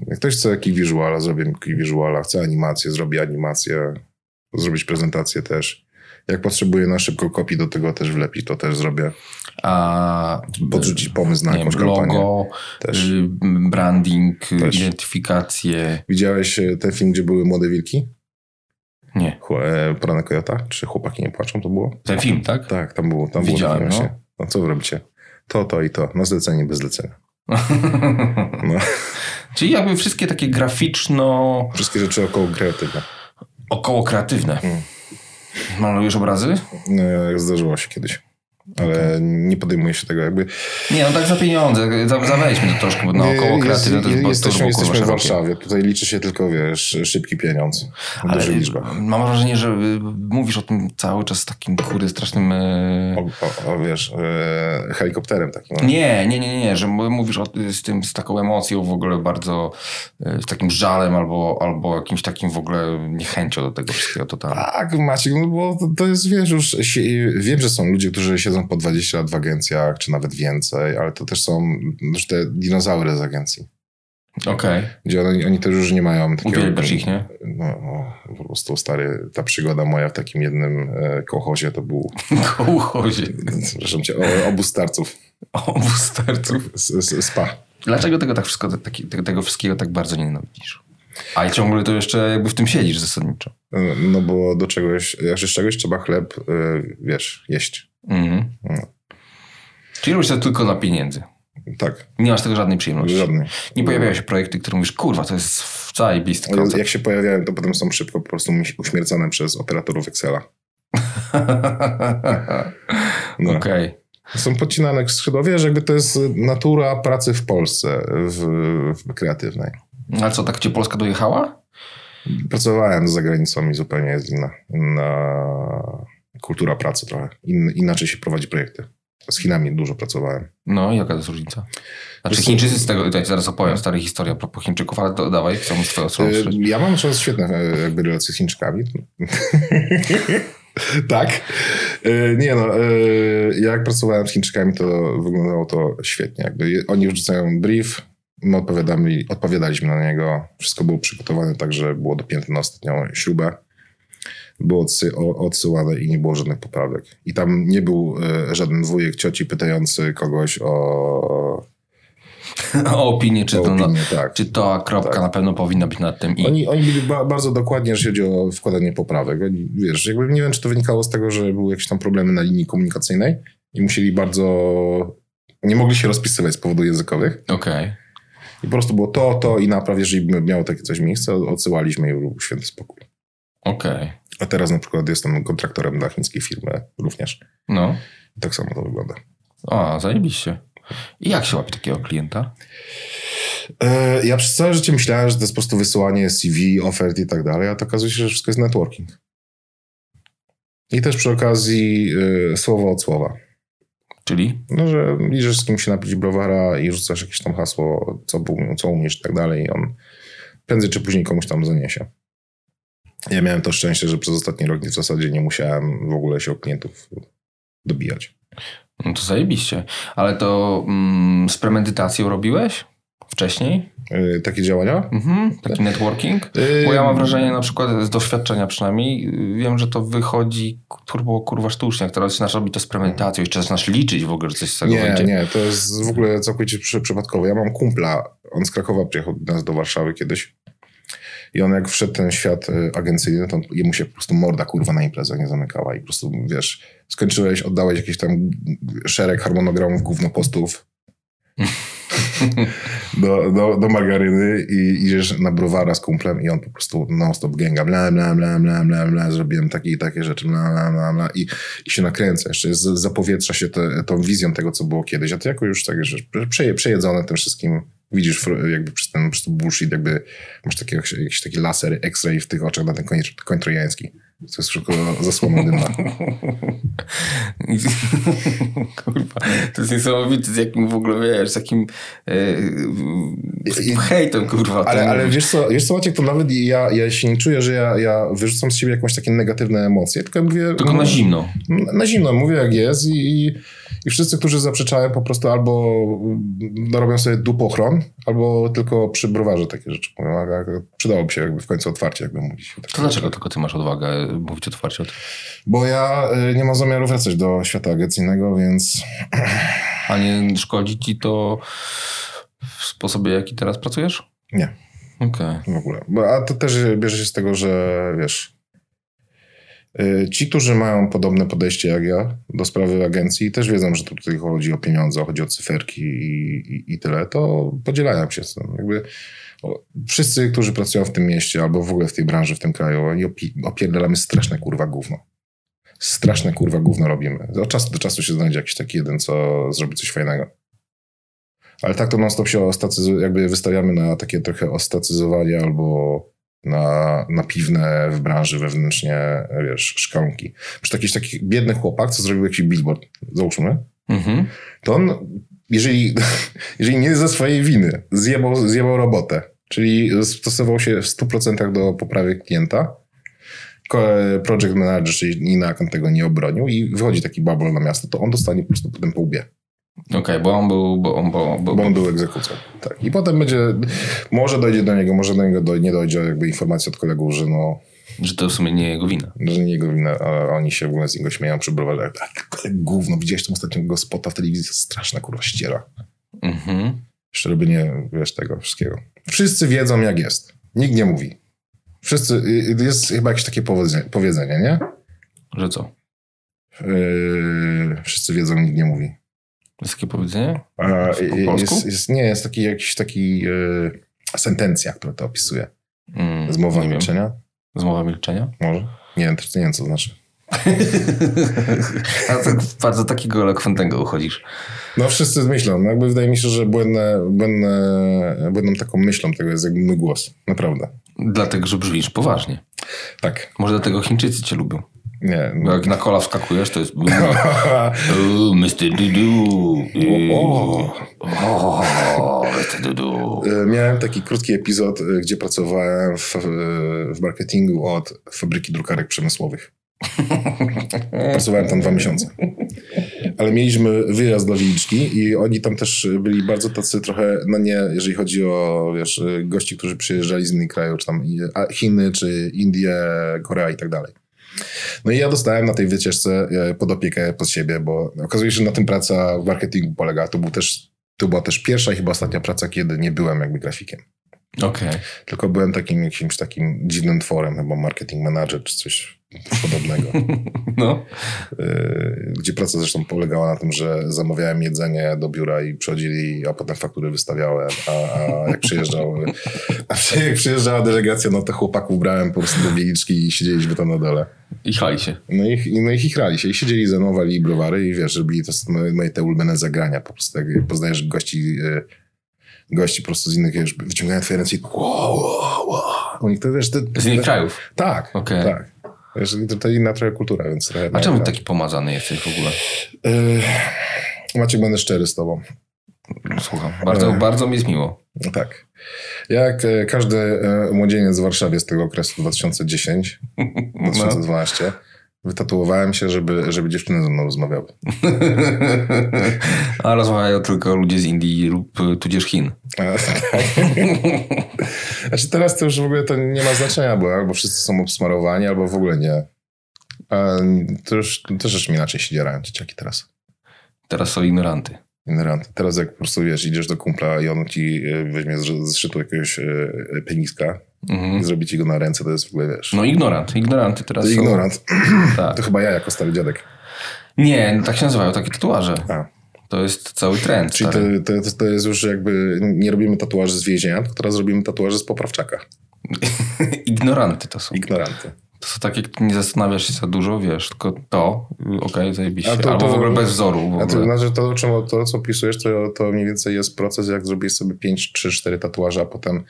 [SPEAKER 2] Jak ktoś chce key visuala, zrobię key visuala. Chce animację, zrobię animację. Zrobić prezentację też. Jak potrzebuję na szybko kopii do tego też wlepić, to też zrobię.
[SPEAKER 1] A
[SPEAKER 2] Podrzucić pomysł na
[SPEAKER 1] nie wiem,
[SPEAKER 2] jakąś kampanię.
[SPEAKER 1] logo,
[SPEAKER 2] Też.
[SPEAKER 1] y, branding, y,
[SPEAKER 2] Też.
[SPEAKER 1] identyfikację.
[SPEAKER 2] Widziałeś e, ten film, gdzie były młode wilki?
[SPEAKER 1] Nie,
[SPEAKER 2] Chł- e, Porana Kojota? Czy chłopaki nie płaczą? To było?
[SPEAKER 1] ten film, tak?
[SPEAKER 2] Tak, tam było. Tam
[SPEAKER 1] Widziałem,
[SPEAKER 2] było
[SPEAKER 1] no.
[SPEAKER 2] właśnie. No co wy robicie? To, to i to. Na zlecenie, bez zlecenia. No.
[SPEAKER 1] Czyli jakby wszystkie takie graficzno,
[SPEAKER 2] Wszystkie rzeczy około kreatywne.
[SPEAKER 1] około kreatywne.
[SPEAKER 2] Mm.
[SPEAKER 1] Malujesz obrazy?
[SPEAKER 2] E, Zdarzyło się kiedyś. Ale nie podejmuje się tego jakby.
[SPEAKER 1] Nie, no tak za pieniądze, za- zaweźmy to troszkę, bo na
[SPEAKER 2] Nie,
[SPEAKER 1] No, około kreatywne to jest bo-
[SPEAKER 2] jesteśmy,
[SPEAKER 1] turbo,
[SPEAKER 2] jesteśmy w
[SPEAKER 1] kurwa, szerokie.
[SPEAKER 2] Warszawie. Tutaj liczy się tylko, wiesz, szybki pieniądz. W
[SPEAKER 1] Ale
[SPEAKER 2] dużych liczbach.
[SPEAKER 1] mam wrażenie, że y, mówisz o tym cały czas z takim kurde strasznym... y,
[SPEAKER 2] O, o, o, wiesz, e, helikopterem takim.
[SPEAKER 1] Nie, nie, nie, nie, że m- mówisz o, z tym, z taką emocją w ogóle bardzo, y, z takim żalem albo, albo jakimś takim w ogóle niechęcią do tego wszystkiego totalnie.
[SPEAKER 2] Tak, Maciek, no bo to, to jest, wiesz, już si- wiem, że są ludzie, którzy siedzą po 20 lat w agencjach, czy nawet więcej, ale to też są już te dinozaury z agencji.
[SPEAKER 1] Okej.
[SPEAKER 2] Gdzie oni, oni też już nie mają takiego...
[SPEAKER 1] Uwielbiasz ich, nie?
[SPEAKER 2] No, no, po prostu stary, ta przygoda moja w takim jednym e, kochozie to był,
[SPEAKER 1] Kołchozie.
[SPEAKER 2] przepraszam cię, o, obóz starców, tak,
[SPEAKER 1] Obu starców.
[SPEAKER 2] s, s, spa.
[SPEAKER 1] Dlaczego tego, tak wszystko, tak, tego, tego wszystkiego tak bardzo nienawidzisz? A i ciągle to jeszcze jakby w tym siedzisz zasadniczo.
[SPEAKER 2] E, No bo do czegoś, jeszcze z czegoś trzeba chleb, e, wiesz, jeść.
[SPEAKER 1] Mhm.
[SPEAKER 2] No.
[SPEAKER 1] Czyli robisz to tylko dla pieniędzy.
[SPEAKER 2] Tak,
[SPEAKER 1] Nie masz z tego żadnej przyjemności.
[SPEAKER 2] żadnej.
[SPEAKER 1] Nie pojawiają się projekty, które mówisz, kurwa, to jest wcale bisty koncept.
[SPEAKER 2] Jak się pojawiają, to potem są szybko po prostu uś- uśmiercane przez operatorów Excela. No.
[SPEAKER 1] Okej.
[SPEAKER 2] Są podcinane skrzydła, wiesz, jakby to jest natura pracy w Polsce, w, w kreatywnej.
[SPEAKER 1] A co, tak cię Polska dojechała?
[SPEAKER 2] Pracowałem za granicą i zupełnie jest inna, inna kultura pracy trochę. In, inaczej się prowadzi projekty. Z Chinami dużo pracowałem.
[SPEAKER 1] No i jaka to jest różnica? Znaczy
[SPEAKER 2] Wiesz co-
[SPEAKER 1] Chińczycy z tego, tak, zaraz opowiem stare historie a propos Chińczyków, ale to, dawaj, chciałbym z twojego strony
[SPEAKER 2] Y,
[SPEAKER 1] usłyszeć.
[SPEAKER 2] Ja mam czas świetne e, jakby relacje z Chińczykami. tak. Y, Nie no, y, jak pracowałem z Chińczykami, to wyglądało to świetnie. Jakby je- oni wrzucają brief, my odpowiadamy, odpowiadaliśmy na niego. Wszystko było przygotowane tak, że było dopięte na ostatnią śrubę. Było odsy- o- odsyłane i nie było żadnych poprawek. I tam nie był y, żaden wujek, cioci pytający kogoś o,
[SPEAKER 1] O opinię, czy
[SPEAKER 2] o
[SPEAKER 1] to, na,
[SPEAKER 2] opinię. tak.
[SPEAKER 1] czy to kropka
[SPEAKER 2] Tak.
[SPEAKER 1] na pewno powinna być nad tym i...
[SPEAKER 2] Oni, oni byli ba bardzo dokładni, jeżeli chodzi o wkładanie poprawek. Oni, wiesz, jakby nie wiem, czy to wynikało z tego, że były jakieś tam problemy na linii komunikacyjnej i musieli bardzo. Nie mogli się rozpisywać z powodów językowych.
[SPEAKER 1] Okej.
[SPEAKER 2] I po prostu było to, to i napraw, jeżeli by miało takie coś miejsce, odsyłaliśmy i był święty spokój.
[SPEAKER 1] Okej.
[SPEAKER 2] A teraz na przykład jestem kontraktorem dla chińskiej firmy również.
[SPEAKER 1] No.
[SPEAKER 2] I tak samo to wygląda.
[SPEAKER 1] A, zajebiście. I jak się łapie takiego klienta?
[SPEAKER 2] E, ja przez całe życie myślałem, że to jest po prostu wysyłanie CV, ofert i tak dalej, a to okazuje się, że wszystko jest networking. I też przy okazji e, słowo od słowa.
[SPEAKER 1] Czyli?
[SPEAKER 2] No, że liczysz z kim się napić browara i rzucasz jakieś tam hasło, co, bu- co umiesz i tak dalej i on prędzej czy później komuś tam zaniesie. Ja miałem to szczęście, że przez ostatni rok w zasadzie nie musiałem w ogóle się o klientów dobijać.
[SPEAKER 1] No to zajebiście. Ale to mm, z premedytacją robiłeś? Wcześniej?
[SPEAKER 2] Yy, takie działania?
[SPEAKER 1] Mhm. Taki networking?
[SPEAKER 2] Yy,
[SPEAKER 1] Bo ja mam wrażenie, no, na przykład z doświadczenia przynajmniej, yy, wiem, że to wychodzi turbo kurwa sztucznie, jak teraz zaczynasz robić to z premedytacją, jeszcze zaczynasz liczyć w ogóle, że coś z tego
[SPEAKER 2] Nie,
[SPEAKER 1] będzie.
[SPEAKER 2] nie, to jest w ogóle całkowicie przy, przypadkowe. Ja mam kumpla, on z Krakowa przyjechał do nas do Warszawy kiedyś i on jak wszedł w ten świat y, agencyjny, to jemu się po prostu morda kurwa na imprezę nie zamykała i po prostu, wiesz, skończyłeś, oddałeś jakiś tam szereg harmonogramów gównopostów do, do, do margaryny i idziesz na browara z kumplem i on po prostu non-stop gęga, bla, bla, bla, bla, bla, bla, zrobiłem takie i takie rzeczy, bla, bla, bla, bla i, i się nakręca, jeszcze z- zapowietrza się te, tą wizją tego, co było kiedyś, a ty jako już tak, że przeje, przejedzone tym wszystkim, widzisz fr- jakby przez ten po prostu bullshit, jakby masz taki, jakiś- jakiś taki laser x-ray w tych oczach na ten koń, koń trojański. To jest wszystko zasłoną dymna.
[SPEAKER 1] I- kurwa, to jest niesamowite, z jakim w ogóle, wiesz, z jakim yy, z jakim
[SPEAKER 2] I-
[SPEAKER 1] hejtem, kurwa.
[SPEAKER 2] Ale,
[SPEAKER 1] to
[SPEAKER 2] ale
[SPEAKER 1] mówisz.
[SPEAKER 2] wiesz co, wiesz co Maciek, to nawet ja, ja się nie czuję, że ja, ja wyrzucam z siebie jakąś takie negatywne emocje, tylko ja mówię... no,
[SPEAKER 1] Tylko na zimno.
[SPEAKER 2] na zimno, mówię jak jest i, i, i wszyscy, którzy zaprzeczają po prostu albo mm, robią sobie dupochron, albo tylko przy browarze takie rzeczy mówią. A jak- Przydałoby się jakby w końcu otwarcie jakby mówić.
[SPEAKER 1] To dlaczego tylko ty masz odwagę mówić otwarcie o tym?
[SPEAKER 2] Bo ja y, nie mam zamiaru wracać do świata agencyjnego, więc
[SPEAKER 1] A nie szkodzi ci to w sposobie, jaki teraz pracujesz?
[SPEAKER 2] Nie.
[SPEAKER 1] Okej.
[SPEAKER 2] w ogóle. Bo, a to też bierze się z tego, że wiesz... y, Ci, którzy mają podobne podejście jak ja do sprawy agencji, też wiedzą, że tu tutaj chodzi o pieniądze, chodzi o cyferki i, i, i tyle, to podzielają się z tym. Jakby o, wszyscy, którzy pracują w tym mieście albo w ogóle w tej branży, w tym kraju, oni opi- opierdalamy straszne kurwa gówno. Straszne kurwa gówno robimy. Od czasu do czasu się znajdzie jakiś taki jeden, co zrobi coś fajnego. Ale tak to non-stop się ostacyzu- jakby wystawiamy na takie trochę ostacyzowanie albo na, na piwne w branży wewnętrznie, wiesz, szkalunki. Przy jakiś taki biedny chłopak, co zrobił jakiś billboard, załóżmy,
[SPEAKER 1] Mhm.
[SPEAKER 2] to on, jeżeli, jeżeli nie ze swojej winy, zjebał, zjebał robotę, czyli stosował się w 100% do poprawy klienta, ko- project manager, czyli inny akant tego nie obronił i wychodzi taki babol na miasto, to on dostanie po prostu potem po łbie.
[SPEAKER 1] Okej, bo on był, bo on, bo, bo,
[SPEAKER 2] Bo on był egzekucją. Tak. I potem będzie, może dojdzie do niego, może do niego doj- nie dojdzie jakby informacja od kolegów, że no,
[SPEAKER 1] że to w sumie nie jego wina.
[SPEAKER 2] że nie jego wina, a oni się w ogóle z niego śmieją przy browarze. Tak, ale gówno, widziałeś tą ostatniego spota w telewizji, To straszna kurwa ściera.
[SPEAKER 1] Mhm.
[SPEAKER 2] Jeszcze robienie, wiesz, tego wszystkiego. Wszyscy wiedzą jak jest. Nikt nie mówi. Wszyscy, y, y, jest chyba jakieś takie powiedzenie, powiedzenie nie?
[SPEAKER 1] Że co?
[SPEAKER 2] Yy, wszyscy wiedzą, nikt nie mówi.
[SPEAKER 1] Jest takie powiedzenie?
[SPEAKER 2] A,
[SPEAKER 1] W- po
[SPEAKER 2] y, y,
[SPEAKER 1] polsku?
[SPEAKER 2] jest, jest, nie, jest taki jakiś taki yy, sentencja, która to opisuje.
[SPEAKER 1] Mm,
[SPEAKER 2] Zmowa
[SPEAKER 1] nie wiem.
[SPEAKER 2] milczenia.
[SPEAKER 1] Zmowa milczenia?
[SPEAKER 2] Może? Nie wiem, też nie wiem, co to znaczy.
[SPEAKER 1] A tak bardzo takiego elokwentnego uchodzisz.
[SPEAKER 2] No wszyscy myślą. No, jakby wydaje mi się, że błędne, błędne, błędną taką myślą tego jest jakby mój głos. Naprawdę.
[SPEAKER 1] Dlatego, że brzmisz poważnie.
[SPEAKER 2] Tak.
[SPEAKER 1] Może dlatego Chińczycy cię lubią.
[SPEAKER 2] Nie.
[SPEAKER 1] Bo jak na kola wskakujesz, to jest... O, Mr. Dudu.
[SPEAKER 2] O.
[SPEAKER 1] O, Mr. Dudu.
[SPEAKER 2] Y, Miałem taki krótki epizod, y, gdzie pracowałem w, y, w marketingu od fabryki drukarek przemysłowych. Pracowałem tam dwa miesiące. Ale mieliśmy wyjazd do Wiliczki i oni tam też byli bardzo tacy trochę, no nie, jeżeli chodzi o wiesz, y, gości, którzy przyjeżdżali z innych krajów, czy tam i- a- Chiny, czy Indie, Korea i tak dalej. No i ja dostałem na tej wycieczce e, pod opiekę pod siebie, bo okazuje się, że na tym praca w marketingu polega. To, był też, to była też pierwsza i chyba ostatnia praca, kiedy nie byłem jakby grafikiem.
[SPEAKER 1] Okej.
[SPEAKER 2] Tylko byłem takim jakimś takim dziwnym tworem, chyba marketing manager czy coś podobnego.
[SPEAKER 1] No.
[SPEAKER 2] Yy, gdzie praca zresztą polegała na tym, że zamawiałem jedzenie do biura i przychodzili, a potem faktury wystawiałem, a, a jak przyjeżdżał, a przy, jak przyjeżdżała delegacja, no to chłopaków brałem po prostu do wieliczki i siedzieliśmy tam na dole.
[SPEAKER 1] I chwali się.
[SPEAKER 2] No i, i- no i chichrali się i siedzieli, zanowali browary i wiesz, robili to są moje- moje te ulubione zagrania, po prostu tak poznajesz gości, yy, gości po prostu z innych, wiesz, wyciągają twoje ręce i wow, wow, wow. U nich to wiesz, te,
[SPEAKER 1] Z innych krajów.
[SPEAKER 2] Tak,
[SPEAKER 1] Okej.
[SPEAKER 2] tak. Wiesz, to, to inna trochę kultura, więc trochę...
[SPEAKER 1] A
[SPEAKER 2] tak,
[SPEAKER 1] czemu
[SPEAKER 2] tak.
[SPEAKER 1] taki pomazany jesteś w ogóle?
[SPEAKER 2] Yy, Maciek, będę szczery z tobą.
[SPEAKER 1] No, Słucham. Bardzo,
[SPEAKER 2] Ech.
[SPEAKER 1] bardzo mi jest miło.
[SPEAKER 2] No Tak. Jak e, każdy e, młodzieniec w Warszawie z tego okresu 2010-2012,
[SPEAKER 1] No,
[SPEAKER 2] wytatuowałem się, żeby, żeby dziewczyny ze mną rozmawiały.
[SPEAKER 1] A rozmawiają tylko ludzie z Indii lub y, tudzież Chin.
[SPEAKER 2] E, tak. Znaczy teraz to już w ogóle to nie ma znaczenia, bo albo wszyscy są obsmarowani, albo w ogóle nie. A to już to też już mi inaczej się dzierają dzieciaki teraz.
[SPEAKER 1] Teraz są ignoranty.
[SPEAKER 2] Ignorant. Teraz jak po prostu wiesz, idziesz do kumpla i on ci e, weźmie z z szytu jakiegoś e, e, peniska i
[SPEAKER 1] Mhm.
[SPEAKER 2] zrobi ci go na ręce, to jest w ogóle wiesz.
[SPEAKER 1] No ignorant. Ignoranty teraz
[SPEAKER 2] to
[SPEAKER 1] są.
[SPEAKER 2] ignorant.
[SPEAKER 1] Tak.
[SPEAKER 2] To chyba ja jako stary dziadek.
[SPEAKER 1] Nie, no tak się nazywają takie tatuaże.
[SPEAKER 2] A.
[SPEAKER 1] To jest cały trend.
[SPEAKER 2] Czyli to,
[SPEAKER 1] stary.
[SPEAKER 2] to, to- to jest już jakby nie robimy tatuaży z więzienia, tylko teraz robimy tatuaże z poprawczaka.
[SPEAKER 1] Ignoranty to są.
[SPEAKER 2] Ignoranty.
[SPEAKER 1] To są takie, które nie zastanawiasz się za dużo, wiesz, tylko to, y, okej, zajebiście.
[SPEAKER 2] A to-
[SPEAKER 1] Albo
[SPEAKER 2] to-
[SPEAKER 1] w ogóle bez wzoru. W
[SPEAKER 2] A to,
[SPEAKER 1] ogóle.
[SPEAKER 2] znaczy to, o czym, to co pisujesz, to, to mniej więcej jest proces, jak zrobisz sobie 5, 3, 4 tatuaże, a potem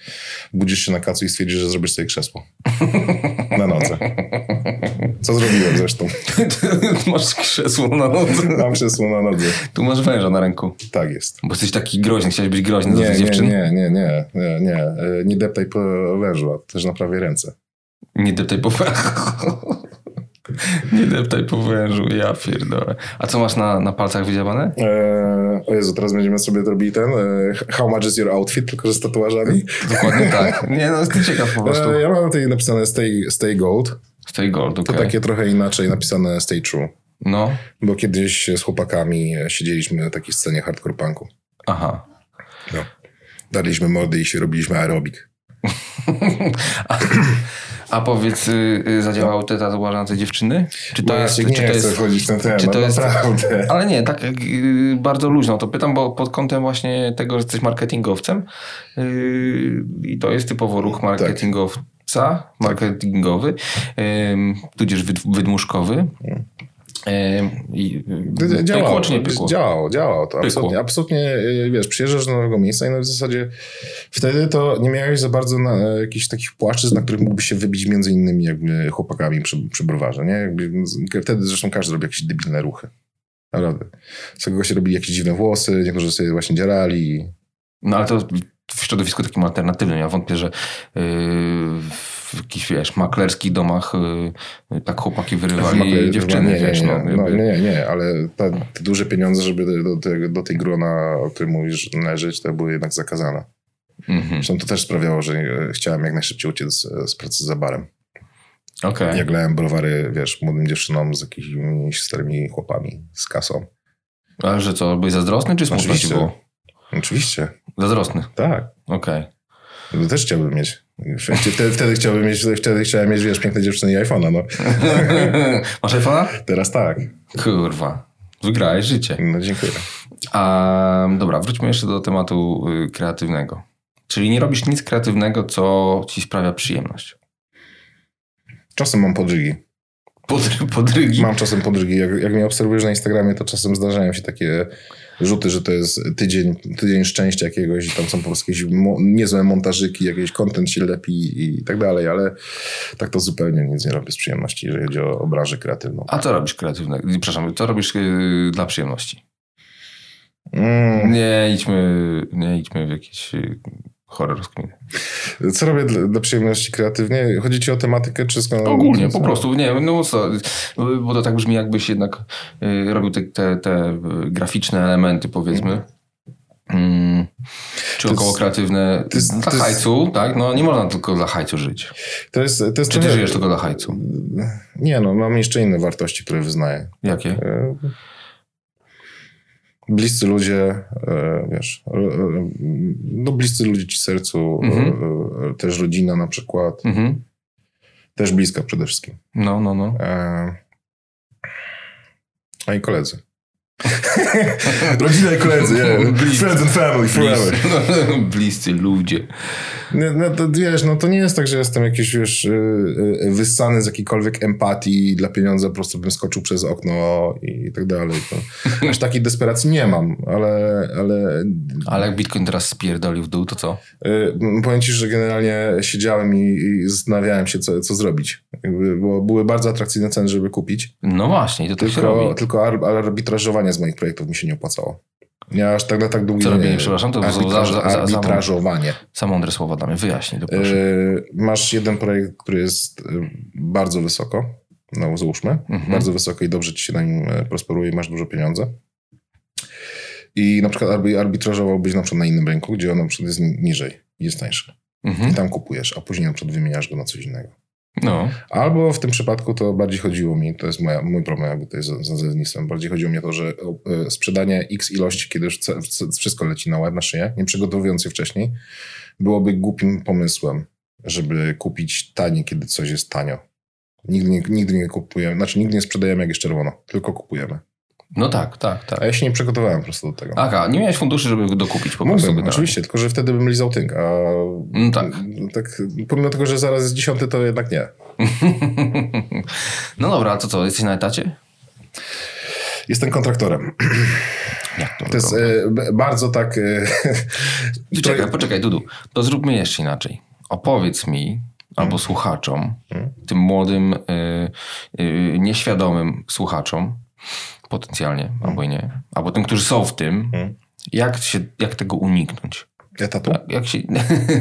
[SPEAKER 2] budzisz się na kacu i stwierdzisz, że zrobisz sobie krzesło. Na nodze. Co zrobiłem zresztą?
[SPEAKER 1] Ty masz krzesło na nodze.
[SPEAKER 2] Mam krzesło na nodze.
[SPEAKER 1] Tu masz węża na ręku.
[SPEAKER 2] Tak jest.
[SPEAKER 1] Bo jesteś taki groźny, chciałeś być groźny
[SPEAKER 2] Nie,
[SPEAKER 1] dla tych
[SPEAKER 2] nie,
[SPEAKER 1] dziewczyn. Nie,
[SPEAKER 2] nie, nie, nie, nie, nie. E, Nie deptaj po wężu, a też naprawię ręce.
[SPEAKER 1] nie. deptaj po wężu. nie deptaj po wężu, ja pierdolę. A co masz na, na palcach wydziabane?
[SPEAKER 2] E, o Jezu, teraz będziemy sobie robili ten e, How much is your outfit, tylko że z tatuażami.
[SPEAKER 1] Dokładnie tak. Nie no, jestem ciekaw po prostu.
[SPEAKER 2] E, ja mam tutaj napisane stay, stay gold.
[SPEAKER 1] Stay gold,
[SPEAKER 2] To
[SPEAKER 1] okej.
[SPEAKER 2] takie trochę inaczej napisane stay true.
[SPEAKER 1] No,
[SPEAKER 2] Bo kiedyś z chłopakami siedzieliśmy na takiej scenie hardcore punku.
[SPEAKER 1] aha.
[SPEAKER 2] Daliśmy mordy i się robiliśmy aerobik.
[SPEAKER 1] A, a powiedz, y, y, zadziałały te tatuaże na te dziewczyny? Czy to jest...
[SPEAKER 2] Maciek,
[SPEAKER 1] czy
[SPEAKER 2] nie
[SPEAKER 1] to
[SPEAKER 2] chcę
[SPEAKER 1] jest
[SPEAKER 2] wchodzić na temat,
[SPEAKER 1] czy to jest-
[SPEAKER 2] naprawdę.
[SPEAKER 1] ale nie, tak y, bardzo luźno to pytam, bo pod kątem właśnie tego, że jesteś marketingowcem y, i to jest typowo ruch
[SPEAKER 2] Tak.
[SPEAKER 1] marketingowca, marketingowy, ym, tudzież wyd- wydmuszkowy. Ym, I y, pykło czy nie pykło?
[SPEAKER 2] działało, działało to. Absolutnie, absolutnie, y, wiesz, przyjeżdżasz do nowego miejsca i no w zasadzie wtedy to nie miałeś za bardzo na, e, jakichś takich płaszczyzn, na których mógłbyś się wybić między innymi jakby chłopakami przy, przy browarze, nie? Jakby, z- wtedy zresztą każdy robi jakieś debilne ruchy. Naprawdę. Z kogoś robili jakieś dziwne włosy, niektórzy sobie właśnie dzierali.
[SPEAKER 1] No ale to w środowisku takim alternatywnym. Ja wątpię, że y, w w jakichś, wiesz, maklerskich domach y, tak chłopaki wyrywali
[SPEAKER 2] Makler-
[SPEAKER 1] dziewczyny,
[SPEAKER 2] nie, nie,
[SPEAKER 1] wiesz,
[SPEAKER 2] nie,
[SPEAKER 1] no,
[SPEAKER 2] no,
[SPEAKER 1] jakby-
[SPEAKER 2] nie, nie, ale ta, te duże pieniądze, żeby do, do, tego- do tej grona, o którym mówisz, należeć, to były jednak zakazane.
[SPEAKER 1] Mhm.
[SPEAKER 2] Zresztą to też sprawiało, że e, chciałem jak najszybciej uciec e, z pracy za barem.
[SPEAKER 1] Okej.
[SPEAKER 2] Ja grałem browary, wiesz, młodym dziewczynom z jakimiś starymi chłopami, z kasą.
[SPEAKER 1] Ale że co, byłeś zazdrosny czy smutno ci
[SPEAKER 2] Oczywiście.
[SPEAKER 1] było?
[SPEAKER 2] Oczywiście,
[SPEAKER 1] Zazdrosny,
[SPEAKER 2] tak.
[SPEAKER 1] okej.
[SPEAKER 2] No też chciałbym mieć. Wtedy, wtedy chciałbym mieć, wtedy chciałem mieć, wiesz, piękne dziewczyny i iPhone'a, no.
[SPEAKER 1] Masz iPhone'a?
[SPEAKER 2] Teraz tak.
[SPEAKER 1] Kurwa, wygrałeś życie.
[SPEAKER 2] No dziękuję.
[SPEAKER 1] A, dobra, wróćmy jeszcze do tematu y, kreatywnego. Czyli nie robisz nic kreatywnego, co ci sprawia przyjemność.
[SPEAKER 2] Czasem mam podrygi.
[SPEAKER 1] Podry, podrygi.
[SPEAKER 2] Mam czasem podrygi. Jak, jak mnie obserwujesz na Instagramie, to czasem zdarzają się takie rzuty, że to jest tydzień, tydzień szczęścia jakiegoś i tam są po prostu jakieś mo- niezłe montażyki, jakiś content się lepi i tak dalej, ale tak to zupełnie nic nie robię z przyjemności, jeżeli chodzi o, o branżę kreatywną.
[SPEAKER 1] A co robisz kreatywnego? Przepraszam, co robisz y, dla przyjemności?
[SPEAKER 2] Mm,
[SPEAKER 1] Nie idźmy, nie idźmy w jakieś y, chore rozkminy.
[SPEAKER 2] co robię dla, dla przyjemności kreatywnie? Chodzi ci o tematykę czy skąd?
[SPEAKER 1] Ogólnie, po prostu, nie no co, y, bo to tak brzmi jakbyś jednak y, robił te, te, te y, graficzne elementy powiedzmy. Mm, czy
[SPEAKER 2] To jest-
[SPEAKER 1] około kreatywne
[SPEAKER 2] to jest-
[SPEAKER 1] dla
[SPEAKER 2] to jest-
[SPEAKER 1] hajcu, tak? No nie można tylko dla hajcu żyć.
[SPEAKER 2] To jest, to jest
[SPEAKER 1] Czy ty
[SPEAKER 2] trochę-
[SPEAKER 1] żyjesz tylko dla hajcu?
[SPEAKER 2] Nie, no mam jeszcze inne wartości, które wyznaję.
[SPEAKER 1] Jakie?
[SPEAKER 2] E, Bliscy ludzie, e, wiesz, e, e, no bliscy ludzie ci sercu, e,
[SPEAKER 1] Mhm.
[SPEAKER 2] e, też rodzina na przykład,
[SPEAKER 1] Mhm.
[SPEAKER 2] też bliska przede wszystkim.
[SPEAKER 1] No, no, no.
[SPEAKER 2] E, A i koledzy. Rodzina i koledzy, yeah.
[SPEAKER 1] Blis-
[SPEAKER 2] friends and family forever.
[SPEAKER 1] Bliscy, bliscy ludzie.
[SPEAKER 2] No, no to wiesz, no to nie jest tak, że jestem jakiś, wiesz, e, e, wyssany z jakiejkolwiek empatii dla pieniądza, po prostu bym skoczył przez okno i tak dalej. To, aż takiej desperacji nie mam, ale, ale
[SPEAKER 1] Ale jak Bitcoin teraz spierdolił w dół, to co?
[SPEAKER 2] Y, m, Powiem ci, że generalnie siedziałem i, i zastanawiałem się, co, co zrobić. Jakby, bo były bardzo atrakcyjne ceny, żeby kupić.
[SPEAKER 1] No właśnie, to tak się
[SPEAKER 2] Tylko,
[SPEAKER 1] robi.
[SPEAKER 2] tylko ar- arbitrażowanie z moich projektów mi się nie opłacało. Ja aż tak na tak długi
[SPEAKER 1] Co robienie, przepraszam? To za- za- za- za-
[SPEAKER 2] arbitrażowanie.
[SPEAKER 1] Za mądre słowa dla mnie, wyjaśnij to proszę.
[SPEAKER 2] Y, masz jeden projekt, który jest y, bardzo wysoko, no załóżmy,
[SPEAKER 1] Mhm.
[SPEAKER 2] bardzo wysoko i dobrze ci się na nim e, prosperuje i masz dużo pieniędzy. I na przykład arbi- arbitrażowałbyś na przykład na innym rynku, gdzie on na przykład jest ni- niżej, jest tańszy i
[SPEAKER 1] Mhm.
[SPEAKER 2] tam kupujesz, a później na przykład wymieniasz go na coś innego.
[SPEAKER 1] No,
[SPEAKER 2] Albo w tym przypadku to bardziej chodziło mi, to jest moja, mój problem jakby tutaj z z nazewnictwem, bardziej chodziło mi o to, że e, sprzedanie x ilości, kiedy już ce- ce- wszystko leci na łeb, na szyję, nie przygotowując je wcześniej, byłoby głupim pomysłem, żeby kupić tanie, kiedy coś jest tanio. Nigdy nie, nigdy nie kupujemy, znaczy nigdy nie sprzedajemy jak jest czerwono, tylko kupujemy.
[SPEAKER 1] no tak, tak, tak.
[SPEAKER 2] A ja się nie przygotowałem po prostu do tego.
[SPEAKER 1] Aha, nie miałeś funduszy, żeby dokupić po prostu.
[SPEAKER 2] Mógłbym,
[SPEAKER 1] generalnie.
[SPEAKER 2] oczywiście, tylko że wtedy bym lizał tynk, a
[SPEAKER 1] No tak.
[SPEAKER 2] tak, pomimo tego, że zaraz jest dziesiąty, to jednak nie.
[SPEAKER 1] No dobra, a to co, jesteś na etacie?
[SPEAKER 2] Jestem kontraktorem.
[SPEAKER 1] Jak
[SPEAKER 2] To jest e, b- bardzo tak. E,
[SPEAKER 1] Ty Czekaj, poczekaj, Dudu. To zróbmy jeszcze inaczej. Opowiedz mi,
[SPEAKER 2] Hmm?
[SPEAKER 1] albo słuchaczom, tym młodym, y, y, nieświadomym słuchaczom, potencjalnie,
[SPEAKER 2] Hmm?
[SPEAKER 1] albo i nie, albo tym, którzy są w tym,
[SPEAKER 2] Mm.
[SPEAKER 1] jak, się, jak tego uniknąć?
[SPEAKER 2] etatu.
[SPEAKER 1] A Jak się,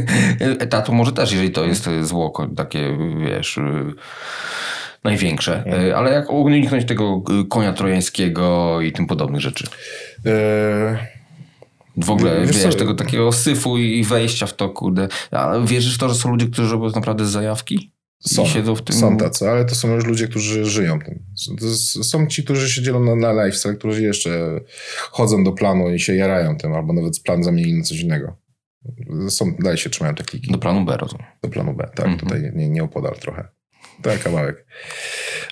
[SPEAKER 1] etatu może też, jeżeli to jest y, zło, ko- takie, wiesz, y, największe,
[SPEAKER 2] Hmm.
[SPEAKER 1] Y, ale jak uniknąć tego y, konia trojańskiego i tym podobnych rzeczy?
[SPEAKER 2] E,
[SPEAKER 1] W ogóle,
[SPEAKER 2] Wiesz
[SPEAKER 1] wiesz,
[SPEAKER 2] co-
[SPEAKER 1] tego takiego syfu i wejścia w to, kurde. A wierzysz w to, że są ludzie, którzy robią naprawdę z zajawki?
[SPEAKER 2] są,
[SPEAKER 1] I siedzą w tym...
[SPEAKER 2] są tacy, ale to są już ludzie, którzy żyją tym. To s- Są ci, którzy się dzielą na, na lifestyle, którzy jeszcze chodzą do planu i się jarają tym, albo nawet plan zamienili na coś innego. Są, dalej się trzymają te kliki.
[SPEAKER 1] Do planu B, rozumiem.
[SPEAKER 2] do planu B. Tak,
[SPEAKER 1] Mhm.
[SPEAKER 2] tutaj nie, nie opodal trochę. Tak, kawałek.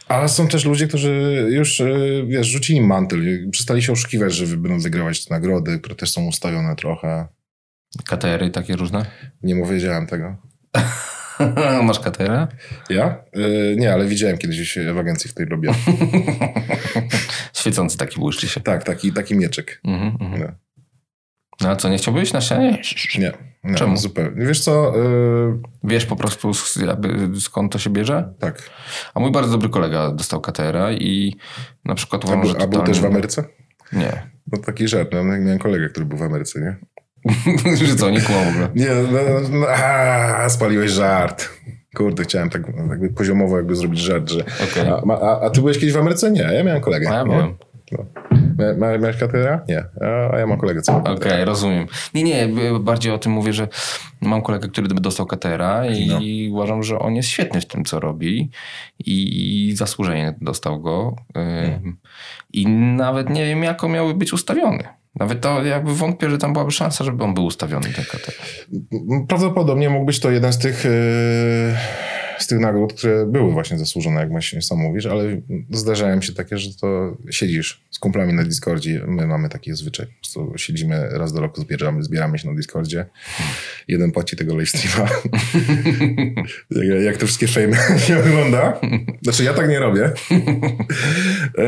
[SPEAKER 2] Ale są też ludzie, którzy już, e, wiesz, rzucili mantyl. Przestali się oszukiwać, że wy- będą wygrywać te nagrody, które też są ustawione trochę.
[SPEAKER 1] Katery takie różne?
[SPEAKER 2] Nie mu wiedziałem tego.
[SPEAKER 1] Masz katerę?
[SPEAKER 2] Ja? E, Nie, ale widziałem kiedyś się w agencji, w której robię.
[SPEAKER 1] Świecący taki błyszczy się.
[SPEAKER 2] Tak, taki, taki mieczek.
[SPEAKER 1] Mhm, mhm.
[SPEAKER 2] Nie.
[SPEAKER 1] No a co, nie chciałbyś na ścianie?
[SPEAKER 2] Nie. nie
[SPEAKER 1] Czemu?
[SPEAKER 2] Zupełnie. Wiesz co? e,
[SPEAKER 1] Wiesz po prostu s- jakby, skąd to się bierze?
[SPEAKER 2] Tak.
[SPEAKER 1] A mój bardzo dobry kolega dostał katera i na przykład
[SPEAKER 2] A,
[SPEAKER 1] uważam,
[SPEAKER 2] był-
[SPEAKER 1] że
[SPEAKER 2] a był
[SPEAKER 1] No, totalnie-
[SPEAKER 2] też w Ameryce?
[SPEAKER 1] Nie.
[SPEAKER 2] No taki żart. No, miałem kolegę, który był w Ameryce, nie?
[SPEAKER 1] że co, nie kumam w ogóle.
[SPEAKER 2] Nie, no, no, no, a, spaliłeś żart. Kurde, chciałem tak jakby poziomowo jakby zrobić żart, że...
[SPEAKER 1] Okej.
[SPEAKER 2] A, ma- a, a ty byłeś kiedyś w Ameryce? Nie, ja miałem kolegę.
[SPEAKER 1] A ja
[SPEAKER 2] Nie?
[SPEAKER 1] byłem.
[SPEAKER 2] No. Mia- mia- Miałeś katedra? Nie. A, a ja mam kolegę, co?
[SPEAKER 1] Okej, rozumiem. Nie, nie, b- bardziej o tym mówię, że mam kolegę, który by dostał katera i uważam, że on jest świetny w tym, co robi i zasłużenie dostał go. Ym, I nawet nie wiem, jak on miałby być ustawiony. Nawet to jakby wątpię, że tam byłaby szansa, żeby on był ustawiony, ten kater.
[SPEAKER 2] M- Prawdopodobnie mógł być to jeden z tych, e, z tych nagród, które były właśnie zasłużone, jak właśnie sam mówisz, ale zdarzają się takie, że to siedzisz z kumplami na Discordzie. My mamy taki zwyczaj, po prostu siedzimy raz do roku, zbieramy, zbieramy się na Discordzie. Jeden płaci tego live streama. jak, jak te wszystkie fejmy nie wygląda. Znaczy ja tak nie robię. E,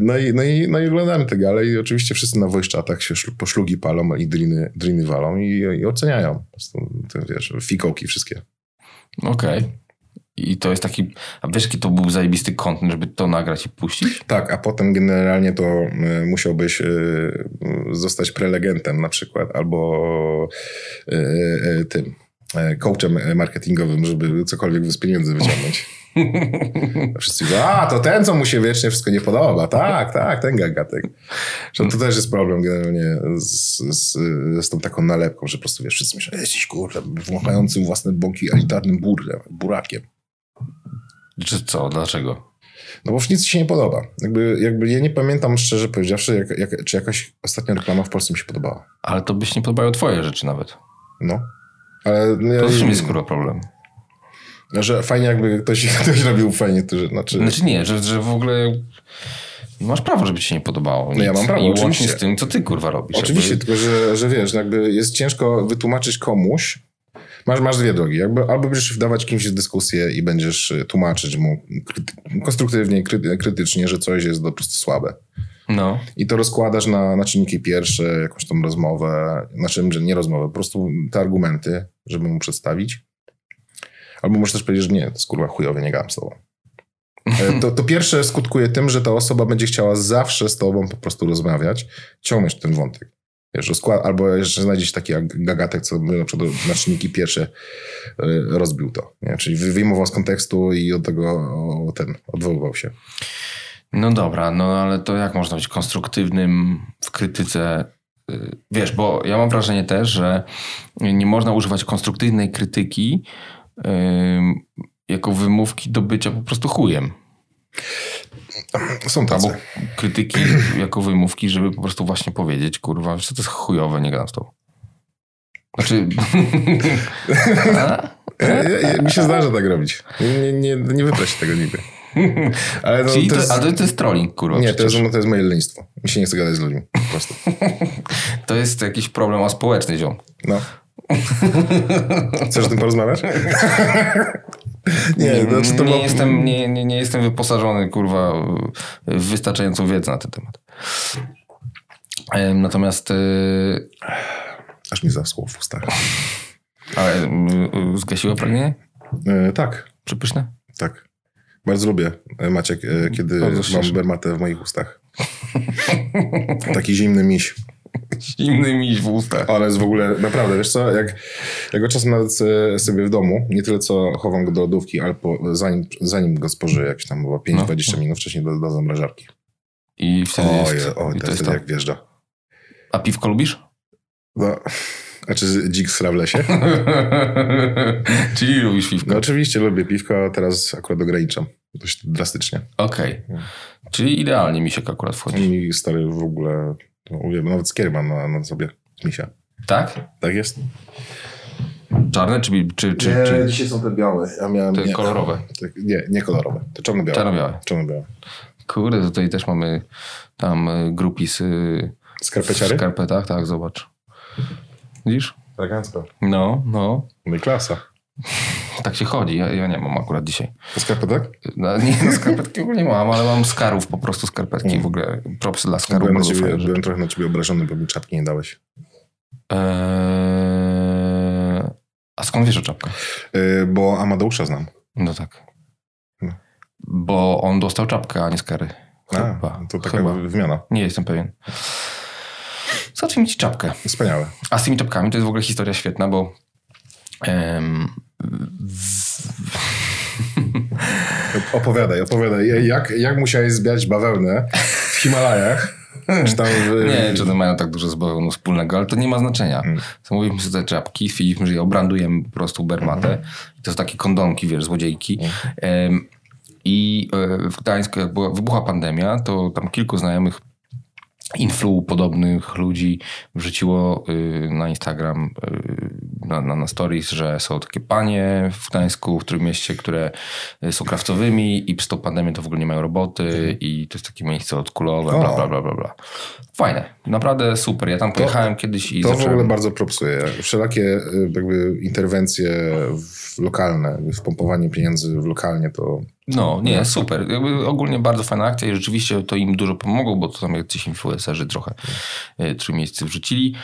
[SPEAKER 2] No i, no i, no i oglądamy te gale i oczywiście wszyscy na voice chatach się szlu- poszlugi palą i driny, driny walą i, i oceniają. Po prostu, te, wiesz, fikołki wszystkie.
[SPEAKER 1] Okej. I to jest taki, a wiesz, jaki to był zajebisty kontent, żeby to nagrać i puścić?
[SPEAKER 2] Tak, a potem generalnie to e, musiałbyś e, zostać prelegentem na przykład albo e, e, tym e, coachem marketingowym, żeby cokolwiek z pieniędzy wyciągnąć. Wszyscy mówią, a to ten, co mu się wiecznie wszystko nie podoba. Tak, tak, ten gagatek. Że to też jest problem generalnie z, z, z tą taką nalepką, że po prostu wiesz, wszyscy myślą, jesteś kurczę, wąchającym własne boki elitarnym burlem, burakiem.
[SPEAKER 1] Czy co? Dlaczego?
[SPEAKER 2] No bo już nic ci się nie podoba. Jakby, jakby ja nie pamiętam szczerze powiedziawszy, jak, jak, czy jakaś ostatnia reklama w Polsce mi się podobała.
[SPEAKER 1] Ale to by się nie podobają twoje rzeczy nawet.
[SPEAKER 2] No. Ale no, ja,
[SPEAKER 1] To w czym jest kurwa problem?
[SPEAKER 2] że fajnie jakby ktoś, ktoś robił fajnie, to, że, znaczy,
[SPEAKER 1] Znaczy nie, że, że w ogóle masz prawo, żeby ci się nie podobało.
[SPEAKER 2] No ja
[SPEAKER 1] nic.
[SPEAKER 2] mam prawo,
[SPEAKER 1] I łącznie
[SPEAKER 2] oczywiście.
[SPEAKER 1] z tym, co ty kurwa robisz.
[SPEAKER 2] Oczywiście,
[SPEAKER 1] Jakby-
[SPEAKER 2] tylko że, że wiesz, jakby jest ciężko wytłumaczyć komuś. Masz, masz dwie drogi. Jakby, albo będziesz wdawać kimś w dyskusję i będziesz y, tłumaczyć mu kryty- konstruktywnie, kryty- krytycznie, że coś jest po prostu słabe.
[SPEAKER 1] No,
[SPEAKER 2] I to rozkładasz na, na czynniki pierwsze, jakąś tam rozmowę, na czym, że nie rozmowę, po prostu te argumenty, żeby mu przedstawić. Albo możesz też powiedzieć, że nie, to jest kurwa chujowe, nie gadam z tobą. E, To, to pierwsze skutkuje tym, że ta osoba będzie chciała zawsze z tobą po prostu rozmawiać, ciągnąć ten wątek. Wiesz, rozkład, albo jeszcze znajdziesz taki ag- gagatek, co by na przykład na czynniki pierwsze e, rozbił to. Nie? Czyli wy- wyjmował z kontekstu i od tego o, ten odwoływał się.
[SPEAKER 1] no dobra, no ale to jak można być konstruktywnym w krytyce? Y, Wiesz, bo ja mam wrażenie też, że nie można używać konstruktywnej krytyki ym, jako wymówki do bycia po prostu chujem.
[SPEAKER 2] Są tacy.
[SPEAKER 1] Albo krytyki jako wymówki, żeby po prostu właśnie powiedzieć, kurwa, wiesz co to jest chujowe, nie gadam z tobą. Znaczy...
[SPEAKER 2] Ja- ja- Mi się zdarza tak robić. Nie, nie, nie wypra się tego nigdy. Ale no,
[SPEAKER 1] Czyli
[SPEAKER 2] to
[SPEAKER 1] to,
[SPEAKER 2] jest,
[SPEAKER 1] a to, to jest trolling, kurwa.
[SPEAKER 2] nie, to
[SPEAKER 1] przecież.
[SPEAKER 2] jest, no, to jest moje lenistwo. Mi się nie chce gadać z ludźmi. Po prostu.
[SPEAKER 1] To jest jakiś problem aspołeczny, ziom.
[SPEAKER 2] No. Chcesz o tym porozmawiać? nie, to znaczy to
[SPEAKER 1] nie,
[SPEAKER 2] było...
[SPEAKER 1] jestem, nie, nie, nie jestem wyposażony, kurwa, w wystarczającą wiedzę na ten temat. Em, Natomiast y,
[SPEAKER 2] Aż mi zasło w ustach.
[SPEAKER 1] ale, y, y, zgasiło pragnienie?
[SPEAKER 2] E, tak,
[SPEAKER 1] Przypyszne?
[SPEAKER 2] tak. Bardzo lubię, e, Maciek, e, kiedy
[SPEAKER 1] Bardzo
[SPEAKER 2] mam
[SPEAKER 1] śmieszne.
[SPEAKER 2] bermatę w moich ustach. Taki zimny miś.
[SPEAKER 1] Zimny miś w ustach.
[SPEAKER 2] Ale jest w ogóle, naprawdę, wiesz co, jak, jak go czasem nawet e, sobie w domu, nie tyle co chowam go do lodówki, ale po, zanim, zanim go spożyję, jakieś tam było 5-20 minut wcześniej do, do zamrażarki.
[SPEAKER 1] I wtedy
[SPEAKER 2] O,
[SPEAKER 1] jest,
[SPEAKER 2] je,
[SPEAKER 1] i
[SPEAKER 2] o, to
[SPEAKER 1] No. to jest
[SPEAKER 2] wtedy
[SPEAKER 1] to.
[SPEAKER 2] jak wjeżdża.
[SPEAKER 1] A piwko lubisz?
[SPEAKER 2] No, a czy dzik sra w lesie?
[SPEAKER 1] Czyli lubisz piwko.
[SPEAKER 2] No oczywiście lubię piwko, a teraz akurat ograniczam dość drastycznie.
[SPEAKER 1] Okej. Czyli idealnie mi się akurat wchodzi.
[SPEAKER 2] Mi stary w ogóle, no, uwielbiam, nawet skier mam na, na sobie, misia.
[SPEAKER 1] Tak?
[SPEAKER 2] Tak jest?
[SPEAKER 1] Czarne czy, czy, czy, czy
[SPEAKER 2] dzisiaj są te białe. Ja miałem,
[SPEAKER 1] te
[SPEAKER 2] nie,
[SPEAKER 1] kolorowe?
[SPEAKER 2] te- nie, nie kolorowe, to czarno-białe.
[SPEAKER 1] Czarno-białe.
[SPEAKER 2] Czarno-białe.
[SPEAKER 1] Kurde, tutaj też mamy tam y, grupisy
[SPEAKER 2] Skarpeciary?
[SPEAKER 1] w skarpetach, tak, zobacz. Widzisz?
[SPEAKER 2] Elegancko.
[SPEAKER 1] No, no,
[SPEAKER 2] No i klasa.
[SPEAKER 1] tak się chodzi. Ja, ja nie mam akurat dzisiaj.
[SPEAKER 2] To skarpetek?
[SPEAKER 1] No, nie, no, skarpetki w ogóle nie mam, ale mam skarów po prostu, skarpetki w ogóle. Props dla skarów.
[SPEAKER 2] Byłem, na
[SPEAKER 1] bardzo
[SPEAKER 2] Mm. ciebie,
[SPEAKER 1] fajne rzeczy.
[SPEAKER 2] byłem trochę na ciebie obrażony, bo mi czapki nie dałeś.
[SPEAKER 1] Eee, E, a skąd wiesz o czapkach?
[SPEAKER 2] Yy, bo Amadeusza znam.
[SPEAKER 1] No tak.
[SPEAKER 2] No.
[SPEAKER 1] Bo on dostał czapkę, a nie skary.
[SPEAKER 2] A,
[SPEAKER 1] Chyba.
[SPEAKER 2] to taka
[SPEAKER 1] Chyba.
[SPEAKER 2] wymiana.
[SPEAKER 1] Nie jestem pewien. Załatwimy ci czapkę.
[SPEAKER 2] Wspaniałe.
[SPEAKER 1] A z tymi czapkami to jest w ogóle historia świetna, bo em, w,
[SPEAKER 2] Opowiadaj, opowiadaj. E, Jak, jak musiałeś zbierać bawełnę w Himalajach? Czy tam w,
[SPEAKER 1] Nie wiem, czy one mają tak dużo z bawełną wspólnego, ale to nie ma znaczenia. Zamówiliśmy sobie te czapki, stwierdziliśmy, że je obrandujemy po prostu Bermatę. To są takie kondomki, wiesz, złodziejki. Em, I e, w Gdańsku, jak była, wybuchła pandemia, to tam kilku znajomych influ podobnych ludzi wrzuciło y, na Instagram, y, na, na, na stories, że są takie panie w Gdańsku, w którym mieście, które y, są krawcowymi i przez tą pandemię to w ogóle nie mają roboty i to jest takie miejsce odkulowe, bla,
[SPEAKER 2] Mhm. O.
[SPEAKER 1] bla, bla, bla, bla. Fajne, naprawdę super. Ja tam pojechałem kiedyś i
[SPEAKER 2] To w ogóle
[SPEAKER 1] zacząłem...
[SPEAKER 2] bardzo propsuje. Wszelakie y, jakby interwencje w lokalne, wpompowanie pieniędzy w lokalnie to...
[SPEAKER 1] No, nie, super. Jakby ogólnie bardzo fajna akcja i rzeczywiście to im dużo pomogło, bo to tam jacyś influencerzy trochę e, trójmiejscy wrzucili.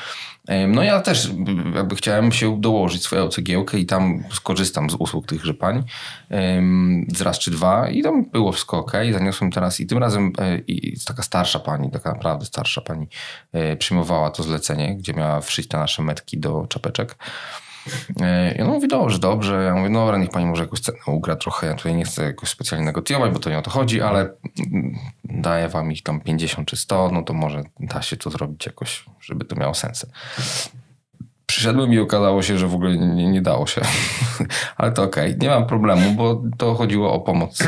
[SPEAKER 1] E, No ja też m, jakby chciałem się dołożyć swoją cegiełkę i tam skorzystam z usług tychże pań em, z raz czy dwa i tam było wszystko ok. Zaniosłem teraz i tym razem e, i taka starsza pani, taka naprawdę starsza pani e, przyjmowała to zlecenie, gdzie miała wszyć te nasze metki do czapeczek. E, I ona mówi, dobrze, dobrze. Ja mówię, no dobra, niech pani może jakąś cenę ugra trochę. Ja tutaj nie chcę jakoś specjalnie negocjować, bo to nie o to chodzi, ale mm, daję wam ich tam 50 czy 100, no to może da się to zrobić jakoś, żeby to miało sens. Przyszedłem i okazało się, że w ogóle nie, nie dało się. ale to okej, nie mam problemu, bo to chodziło o pomoc y,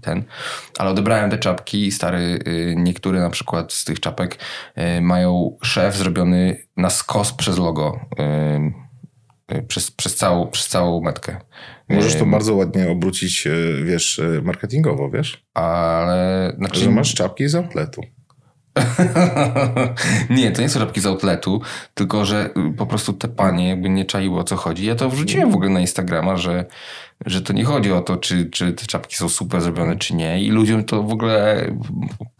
[SPEAKER 1] ten. Ale odebrałem te czapki i stary, y, niektóre na przykład z tych czapek y, mają szef zrobiony na skos przez logo. y, Y, przez, przez, całą, przez całą metkę.
[SPEAKER 2] Możesz to
[SPEAKER 1] Ym,
[SPEAKER 2] bardzo ładnie obrócić, y, wiesz, y, marketingowo, wiesz?
[SPEAKER 1] Y, Ale. Znaczy,
[SPEAKER 2] Że masz czapki z outletu.
[SPEAKER 1] nie, to nie są żabki z outletu, tylko że y, po prostu te panie jakby nie czaiły o co chodzi. Ja to wrzuciłem w ogóle na Instagrama, że, że to nie chodzi o to, czy, czy te czapki są super zrobione, czy nie. I ludziom to w ogóle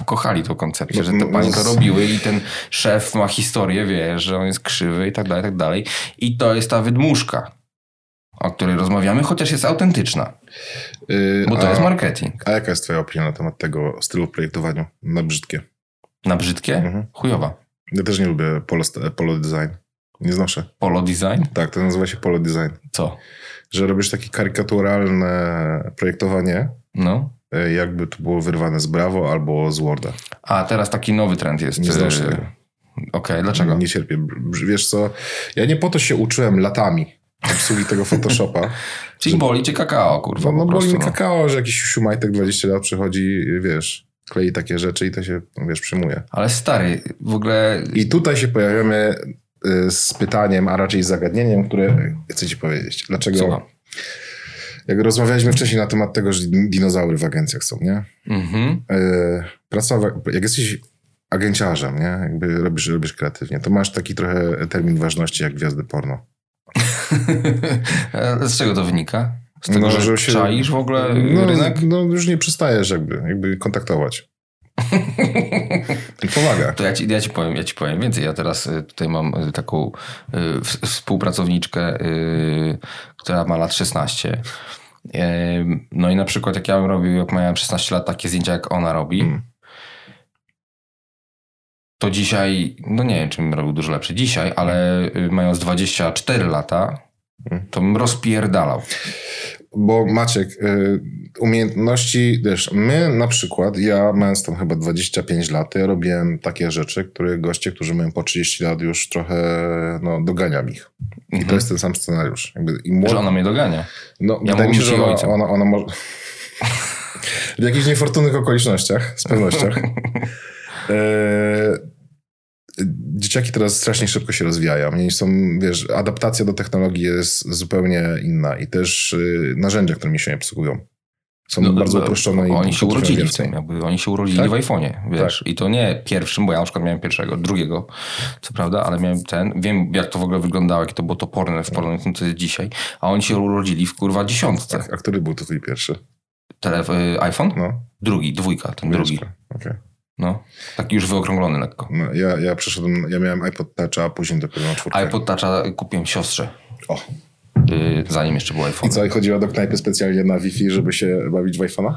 [SPEAKER 1] kochali tą koncepcję, że te panie to robiły i ten szef ma historię, wie, że on jest krzywy i tak dalej, i tak dalej. I to jest ta wydmuszka, o której rozmawiamy, chociaż jest autentyczna,
[SPEAKER 2] Y,
[SPEAKER 1] bo to
[SPEAKER 2] a,
[SPEAKER 1] jest marketing.
[SPEAKER 2] a jaka jest twoja opinia na temat tego stylu projektowania? Na brzydkie.
[SPEAKER 1] Na brzydkie?
[SPEAKER 2] Mhm.
[SPEAKER 1] Chujowa.
[SPEAKER 2] Ja też nie lubię polo, polo design. Nie znoszę.
[SPEAKER 1] Polo design?
[SPEAKER 2] Tak, to nazywa się polo design.
[SPEAKER 1] Co?
[SPEAKER 2] Że robisz takie karykaturalne projektowanie,
[SPEAKER 1] No.
[SPEAKER 2] y, jakby to było wyrwane z Bravo albo z Worda.
[SPEAKER 1] A teraz taki nowy trend jest.
[SPEAKER 2] Nie
[SPEAKER 1] y,
[SPEAKER 2] znoszę Mm.
[SPEAKER 1] Okej,
[SPEAKER 2] tego.
[SPEAKER 1] dlaczego?
[SPEAKER 2] Nie cierpię. Br- br- Wiesz co, ja nie po to się uczyłem latami obsługi tego Photoshopa.
[SPEAKER 1] Czyli boli cię kakao, kurwa.
[SPEAKER 2] No, no
[SPEAKER 1] po
[SPEAKER 2] bo
[SPEAKER 1] prostu,
[SPEAKER 2] mi
[SPEAKER 1] no.
[SPEAKER 2] kakao, że jakiś siumajtek 20 lat przychodzi, wiesz, klei takie rzeczy i to się, wiesz, przyjmuje.
[SPEAKER 1] Ale stary, w ogóle
[SPEAKER 2] I tutaj się pojawiamy y, z pytaniem, a raczej z zagadnieniem, które chcę ci powiedzieć. Dlaczego,
[SPEAKER 1] Słucham.
[SPEAKER 2] jak rozmawialiśmy wcześniej na temat tego, że din- dinozaury w agencjach są, nie?
[SPEAKER 1] Mhm.
[SPEAKER 2] Yy, praca w, jak jesteś agenciarzem, nie? Jakby robisz, robisz kreatywnie, to masz taki trochę termin ważności jak gwiazdy porno.
[SPEAKER 1] E, Z czego to wynika? Z tego,
[SPEAKER 2] No,
[SPEAKER 1] że,
[SPEAKER 2] że się-
[SPEAKER 1] czaisz w ogóle
[SPEAKER 2] No,
[SPEAKER 1] rynek?
[SPEAKER 2] no już nie przestajesz jakby, jakby kontaktować. I Powaga.
[SPEAKER 1] To ja ci, ja, ci powiem, ja ci powiem więcej. Ja teraz y, tutaj mam y, taką y, w- współpracowniczkę, y, która ma lat 16. Ym, No i na przykład jak ja bym robił, jak miałem 16 lat, takie zdjęcia jak ona robi,
[SPEAKER 2] Mm.
[SPEAKER 1] to dzisiaj, no nie wiem, czy bym robił dużo lepsze dzisiaj, ale y, mając 24 lata,
[SPEAKER 2] Mm.
[SPEAKER 1] to bym rozpierdalał.
[SPEAKER 2] Bo Maciek, y, umiejętności, wiesz, my na przykład, ja mając tam chyba 25 lat, ja robiłem takie rzeczy, które goście, którzy mają po 30 lat już trochę, no, doganiam ich. I to
[SPEAKER 1] Mhm.
[SPEAKER 2] jest ten sam scenariusz. Jakby, i młod...
[SPEAKER 1] Że ona mnie dogania.
[SPEAKER 2] No,
[SPEAKER 1] Ja
[SPEAKER 2] wydaje mi
[SPEAKER 1] mógłbym
[SPEAKER 2] się, że
[SPEAKER 1] być jej
[SPEAKER 2] ona,
[SPEAKER 1] ojcem.
[SPEAKER 2] ona, ona może... w jakichś niefortunnych okolicznościach, z pewnością. E, Dzieciaki teraz strasznie szybko się rozwijają. Oni są, wiesz, adaptacja do technologii jest zupełnie inna i też y, narzędzia, którymi się obsługują, są
[SPEAKER 1] No,
[SPEAKER 2] bardzo
[SPEAKER 1] no,
[SPEAKER 2] uproszczone. i
[SPEAKER 1] Oni się
[SPEAKER 2] potrafią
[SPEAKER 1] urodzili w
[SPEAKER 2] więcej.
[SPEAKER 1] tym, jakby oni się urodzili
[SPEAKER 2] Tak?
[SPEAKER 1] w iPhone'ie, wiesz. I to nie pierwszym, bo ja na przykład miałem pierwszego, drugiego, co prawda, ale miałem ten. Wiem, jak to w ogóle wyglądało, jakie to było toporne w porównaniu z tym, co jest dzisiaj. A oni się urodzili w kurwa dziesiątce.
[SPEAKER 2] Tak, a który był to twój pierwszy?
[SPEAKER 1] Telef- y, iPhone?
[SPEAKER 2] No,
[SPEAKER 1] Drugi, dwójka, ten drugi.
[SPEAKER 2] dwójeczka. Okej.
[SPEAKER 1] No, taki już wyokrąglony lekko.
[SPEAKER 2] No, ja, ja przeszedłem, ja miałem iPod Touch, a później dopiero na czwórkę.
[SPEAKER 1] iPod Toucha kupiłem siostrze,
[SPEAKER 2] O.
[SPEAKER 1] y, zanim jeszcze był
[SPEAKER 2] I
[SPEAKER 1] iPhone.
[SPEAKER 2] co, i chodziła do knajpy specjalnie na Wi-Fi, żeby się bawić w iPhone'a?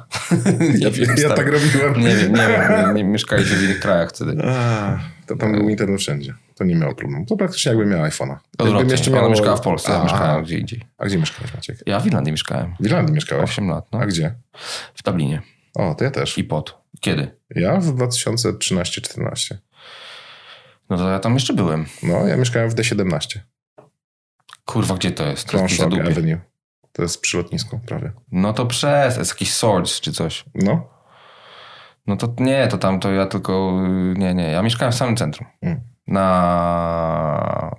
[SPEAKER 2] Ja,
[SPEAKER 1] wiem,
[SPEAKER 2] ja
[SPEAKER 1] stary.
[SPEAKER 2] tak robiłem.
[SPEAKER 1] Nie wiem, nie wiem, nie, nie mieszkaliśmy w innych krajach wtedy.
[SPEAKER 2] A, To tam był internet wszędzie. To nie miało problemu. To praktycznie jakby miał iPhone'a. Jakbym
[SPEAKER 1] Odwrotnie. Ona mieszkała w Polsce, ja
[SPEAKER 2] A,
[SPEAKER 1] mieszkałem gdzie indziej.
[SPEAKER 2] A gdzie mieszkałeś, Maciek?
[SPEAKER 1] Ja w Irlandii mieszkałem.
[SPEAKER 2] W Irlandii mieszkałeś?
[SPEAKER 1] 8 lat, no.
[SPEAKER 2] A gdzie?
[SPEAKER 1] W Dublinie.
[SPEAKER 2] O, to ja też.
[SPEAKER 1] I pod. Kiedy?
[SPEAKER 2] Ja w 2013-14.
[SPEAKER 1] No to ja tam jeszcze byłem.
[SPEAKER 2] No, ja mieszkałem w D17.
[SPEAKER 1] Kurwa, gdzie to jest? To jest
[SPEAKER 2] Krążok
[SPEAKER 1] zadupie.
[SPEAKER 2] Avenue. To jest przy lotnisku prawie.
[SPEAKER 1] No to przez, jest jakiś Swords czy coś.
[SPEAKER 2] No,
[SPEAKER 1] No to nie, to tam to ja tylko. y, Nie, nie. Ja mieszkałem w samym centrum.
[SPEAKER 2] Mm.
[SPEAKER 1] Na.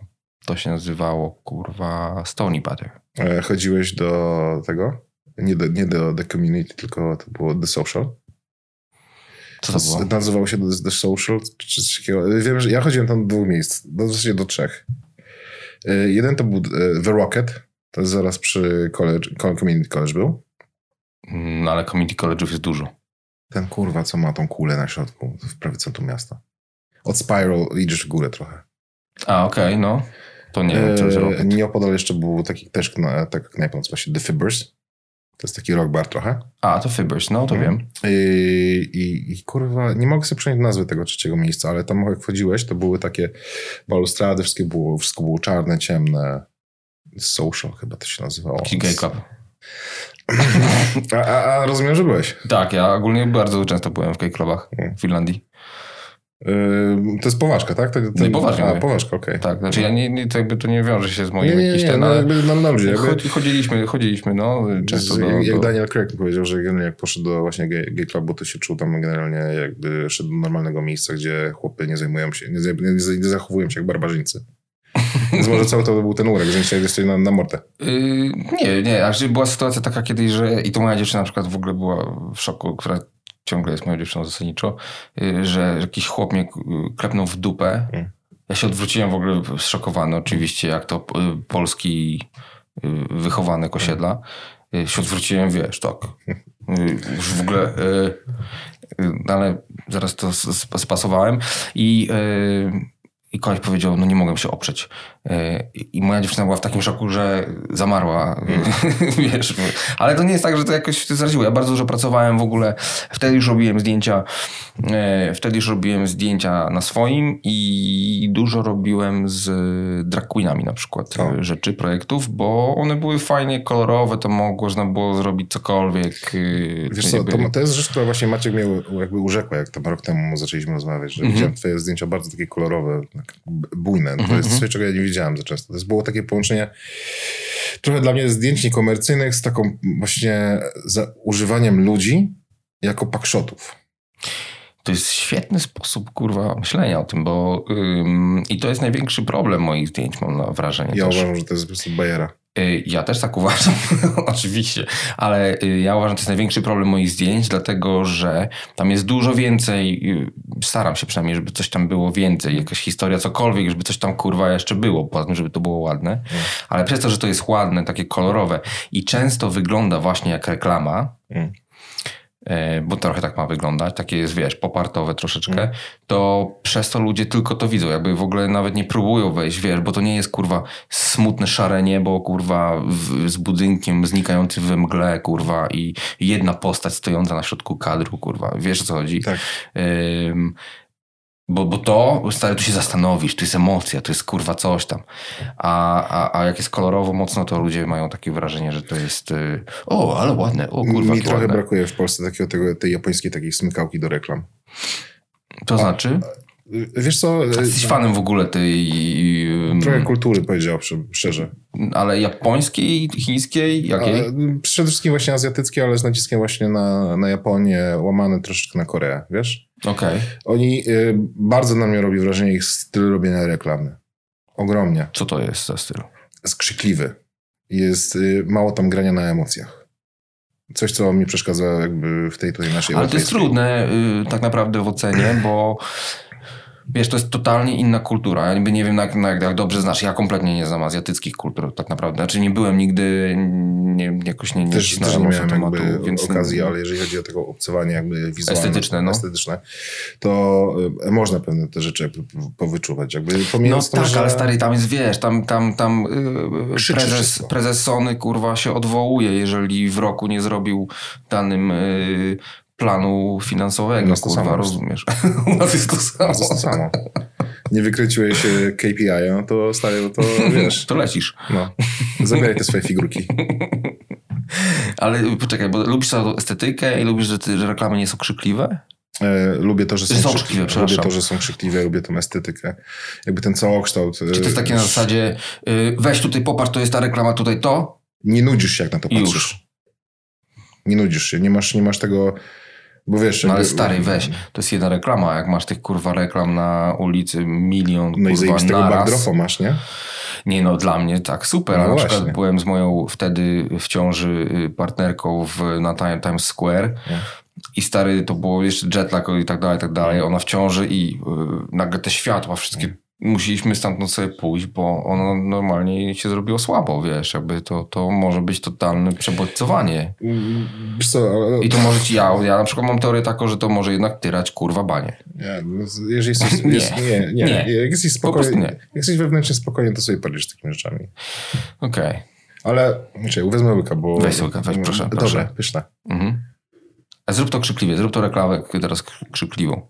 [SPEAKER 1] To się nazywało kurwa Stony Butter.
[SPEAKER 2] e, chodziłeś do tego? Nie do, nie do The Community, tylko to było The Social.
[SPEAKER 1] Co to było?
[SPEAKER 2] Z- Nazywało się The, The Social, czy czy coś takiego. Wiem, że ja chodziłem tam do dwóch miejsc, do, w zasadzie do trzech. Y, Jeden to był y, The Rocket, to jest zaraz przy college, co- Community College był.
[SPEAKER 1] No ale community college'ów jest dużo.
[SPEAKER 2] Ten kurwa, co ma tą kulę na środku, w prawie centrum miasta. Od Spiral idziesz w górę trochę.
[SPEAKER 1] A, okej, no. To nie wiem, co
[SPEAKER 2] Eee,
[SPEAKER 1] to robię.
[SPEAKER 2] Nieopodal jeszcze był taki też kna- taka knajpa, nazywa się The Fibbers. To jest taki rock bar trochę.
[SPEAKER 1] A, to Fibers, no to
[SPEAKER 2] Mhm.
[SPEAKER 1] wiem.
[SPEAKER 2] I, i, I kurwa, nie mogę sobie przypomnieć nazwy tego trzeciego miejsca, ale tam jak wchodziłeś, to były takie balustrady, wszystkie było, wszystko było czarne, ciemne. Social chyba to się nazywało.
[SPEAKER 1] Jakiś gay club.
[SPEAKER 2] A, a, a rozumiem, że byłeś.
[SPEAKER 1] Tak, ja ogólnie bardzo często byłem w gay clubach
[SPEAKER 2] Mm.
[SPEAKER 1] w Finlandii.
[SPEAKER 2] Yy, to jest poważka, tak? To, to,
[SPEAKER 1] No i poważka,
[SPEAKER 2] A,
[SPEAKER 1] mówię.
[SPEAKER 2] poważka, okej.
[SPEAKER 1] Tak, znaczy ja nie, nie, to jakby to nie wiąże się z moim
[SPEAKER 2] Nie, nie,
[SPEAKER 1] jakimś
[SPEAKER 2] nie,
[SPEAKER 1] ten,
[SPEAKER 2] no
[SPEAKER 1] ale
[SPEAKER 2] jakby na, na ludzie. Jakby,
[SPEAKER 1] chodzi- chodziliśmy, chodziliśmy, no, często
[SPEAKER 2] z-
[SPEAKER 1] do,
[SPEAKER 2] jak
[SPEAKER 1] do...
[SPEAKER 2] Daniel Craig mi powiedział, że generalnie jak poszedł do właśnie gay, gay clubu, to się czuł tam generalnie jakby szedł do normalnego miejsca, gdzie chłopy nie zajmują się, nie, zaj- nie, zaj- nie zachowują się jak barbarzyńcy. Więc może cały to był ten urek, że się jesteś na, na mortę.
[SPEAKER 1] Yy, nie, nie, aż była sytuacja taka kiedyś, że i to moja dziewczyna na przykład w ogóle była w szoku, która ciągle jest moją dziewczyną zasadniczo, yy, że jakiś chłop mnie yy, klepnął w dupę.
[SPEAKER 2] Mm.
[SPEAKER 1] Ja się odwróciłem w ogóle zszokowany oczywiście, jak to yy, polski yy, wychowany kosiedla.
[SPEAKER 2] Mm.
[SPEAKER 1] Yy, się odwróciłem, wiesz, tak. Yy, już w ogóle... Yy, yy, ale zaraz to s- sp- spasowałem i... Yy, i koleś powiedział, no nie mogłem się oprzeć. E, I moja dziewczyna była w takim szoku, że zamarła. Wiesz, ale to nie jest tak, że to jakoś zraziło. Ja bardzo dużo pracowałem w ogóle. Wtedy już robiłem zdjęcia. e, Wtedy już robiłem zdjęcia na swoim i dużo robiłem z drag queenami na przykład
[SPEAKER 2] O.
[SPEAKER 1] e, rzeczy, projektów, bo one były fajnie kolorowe, to mogło, można było zrobić cokolwiek. e,
[SPEAKER 2] Wiesz co, to,
[SPEAKER 1] jakby-
[SPEAKER 2] to jest rzecz, która właśnie Maciek mnie u- jakby urzekła, jak tam rok temu zaczęliśmy rozmawiać, że
[SPEAKER 1] Mhm.
[SPEAKER 2] widziałem twoje zdjęcia bardzo takie kolorowe, tak b- bujne. To
[SPEAKER 1] Mhm,
[SPEAKER 2] jest coś,
[SPEAKER 1] mhm.
[SPEAKER 2] czego ja nie widziałem za często. To jest było takie połączenie trochę dla mnie zdjęć niekomercyjnych z taką właśnie za używaniem ludzi jako pakszotów.
[SPEAKER 1] To jest świetny sposób, kurwa, myślenia o tym, bo ym, i to jest największy problem moich zdjęć, mam na wrażenie
[SPEAKER 2] Ja
[SPEAKER 1] No też.
[SPEAKER 2] uważam, że to jest po prostu bajera.
[SPEAKER 1] Y, Ja też tak uważam, oczywiście, ale y, ja uważam, że to jest największy problem moich zdjęć, dlatego że tam jest dużo więcej, y, staram się przynajmniej, żeby coś tam było więcej, jakaś historia, cokolwiek, żeby coś tam kurwa jeszcze było, poza tym, żeby to było ładne,
[SPEAKER 2] No.
[SPEAKER 1] ale przez to, że to jest ładne, takie kolorowe i często wygląda właśnie jak reklama,
[SPEAKER 2] Mm.
[SPEAKER 1] y, bo trochę tak ma wyglądać, takie jest, wiesz, popartowe troszeczkę, to przez to ludzie tylko to widzą, jakby w ogóle nawet nie próbują wejść, wiesz, bo to nie jest kurwa smutne szare niebo, kurwa w, z budynkiem znikającym we mgle, kurwa i jedna postać stojąca na środku kadru, kurwa, wiesz o co chodzi.
[SPEAKER 2] Tak.
[SPEAKER 1] Ym, bo, bo to, stary, tu się zastanowisz, tu jest emocja, tu jest kurwa coś tam. A, a, a jak jest kolorowo mocno, to ludzie mają takie wrażenie, że to jest y, o, ale ładne, o kurwa,
[SPEAKER 2] Mi
[SPEAKER 1] to
[SPEAKER 2] trochę
[SPEAKER 1] ładne.
[SPEAKER 2] brakuje w Polsce takiego, tego, tej japońskiej takiej smykałki do reklam.
[SPEAKER 1] To znaczy?
[SPEAKER 2] Y, Wiesz co, y,
[SPEAKER 1] Jesteś fanem w ogóle tej... ym,
[SPEAKER 2] trochę kultury powiedział szczerze.
[SPEAKER 1] Ale japońskiej, chińskiej, jakiej?
[SPEAKER 2] A, m, Przede wszystkim właśnie azjatyckie, ale z naciskiem właśnie na, na Japonię, łamane troszeczkę na Koreę, wiesz?
[SPEAKER 1] Okej.
[SPEAKER 2] Oni, y, bardzo na mnie robi wrażenie ich styl robienia reklamy. Ogromnie.
[SPEAKER 1] Co to jest za styl?
[SPEAKER 2] Jest krzykliwy. Jest y, mało tam grania na emocjach. Coś, co mi przeszkadza jakby w tej tutaj naszej
[SPEAKER 1] Ale to jest
[SPEAKER 2] europejskiej.
[SPEAKER 1] trudne y, tak naprawdę w ocenie, bo wiesz, to jest totalnie inna kultura. Ja niby nie wiem, jak, jak, jak dobrze znasz. Ja kompletnie nie znam azjatyckich kultur tak naprawdę. Znaczy nie byłem nigdy, nie, jakoś nie, nie
[SPEAKER 2] Też, też
[SPEAKER 1] cisnąłem
[SPEAKER 2] nie
[SPEAKER 1] mocno
[SPEAKER 2] miałem
[SPEAKER 1] tematu,
[SPEAKER 2] jakby
[SPEAKER 1] więc
[SPEAKER 2] okazji, ale jeżeli chodzi o tego obcowanie jakby wizualne,
[SPEAKER 1] Estetyczne, no.
[SPEAKER 2] estetyczne to y, można pewne te rzeczy jakby powyczuwać. Jakby
[SPEAKER 1] No
[SPEAKER 2] pomijając to,
[SPEAKER 1] tak,
[SPEAKER 2] że...
[SPEAKER 1] ale stary, tam jest, wiesz, tam, tam, tam yy,
[SPEAKER 2] Krzyczy
[SPEAKER 1] prezes,
[SPEAKER 2] wszystko.
[SPEAKER 1] prezes Sony, kurwa, się odwołuje, jeżeli w roku nie zrobił danym yy, planu
[SPEAKER 2] U
[SPEAKER 1] finansowego,
[SPEAKER 2] nas to
[SPEAKER 1] kurwa,
[SPEAKER 2] samo jest.
[SPEAKER 1] rozumiesz? U nas jest to samo.
[SPEAKER 2] To jest to samo. nie wykręciłeś e, KPI, no to stary, no to wiesz,
[SPEAKER 1] To lecisz.
[SPEAKER 2] no, zabieraj te swoje figurki.
[SPEAKER 1] Ale y, poczekaj, bo lubisz tą estetykę i lubisz, że, ty, że reklamy nie są krzykliwe?
[SPEAKER 2] E, lubię to, że są,
[SPEAKER 1] Że są krzykliwe,
[SPEAKER 2] Lubię
[SPEAKER 1] przepraszam.
[SPEAKER 2] to, że są krzykliwe, lubię tą estetykę. Jakby ten całokształt. e,
[SPEAKER 1] Czy to jest takie na zasadzie, y, weź tutaj popatrz, to jest ta reklama, tutaj to
[SPEAKER 2] Nie nudzisz się, jak na to
[SPEAKER 1] i
[SPEAKER 2] patrzysz.
[SPEAKER 1] już.
[SPEAKER 2] Nie nudzisz się, nie masz, nie masz tego... Bo wiesz,
[SPEAKER 1] No ale
[SPEAKER 2] jakby-
[SPEAKER 1] stary, weź, to jest jedna reklama, jak masz tych kurwa reklam na ulicy milion,
[SPEAKER 2] No i
[SPEAKER 1] kurwa,
[SPEAKER 2] zajebistego
[SPEAKER 1] naraz.
[SPEAKER 2] backdropa masz, nie?
[SPEAKER 1] Nie no, dla mnie tak, super.
[SPEAKER 2] No
[SPEAKER 1] No na
[SPEAKER 2] właśnie.
[SPEAKER 1] przykład byłem z moją wtedy w ciąży y, partnerką w, na Time- Times Square
[SPEAKER 2] Nie.
[SPEAKER 1] i stary, to było jeszcze jetlag i tak dalej, i tak dalej. Ona w ciąży i y, nagle te światła wszystkie musieliśmy stamtąd sobie pójść, bo ono normalnie się zrobiło słabo, wiesz, jakby to, to może być totalne przebodźcowanie.
[SPEAKER 2] Wiesz co, ale-
[SPEAKER 1] I to może ci, ja, ja na przykład mam teorię taką, że to może jednak tyrać kurwa banie.
[SPEAKER 2] Nie, no, jeżeli jesteś,
[SPEAKER 1] Nie.
[SPEAKER 2] jest, nie, nie,
[SPEAKER 1] Nie.
[SPEAKER 2] Jak jesteś
[SPEAKER 1] prostu
[SPEAKER 2] spokojny,
[SPEAKER 1] nie.
[SPEAKER 2] jak jesteś wewnętrznie spokojny, to sobie parlisz takimi rzeczami.
[SPEAKER 1] Okej.
[SPEAKER 2] Ale, czekaj, wezmę łyka, bo... Mm,
[SPEAKER 1] Weź łyka, weź, proszę,
[SPEAKER 2] Dobra,
[SPEAKER 1] proszę.
[SPEAKER 2] pyszne.
[SPEAKER 1] Mhm. A zrób to krzykliwie, zrób to reklamę teraz krzykliwą.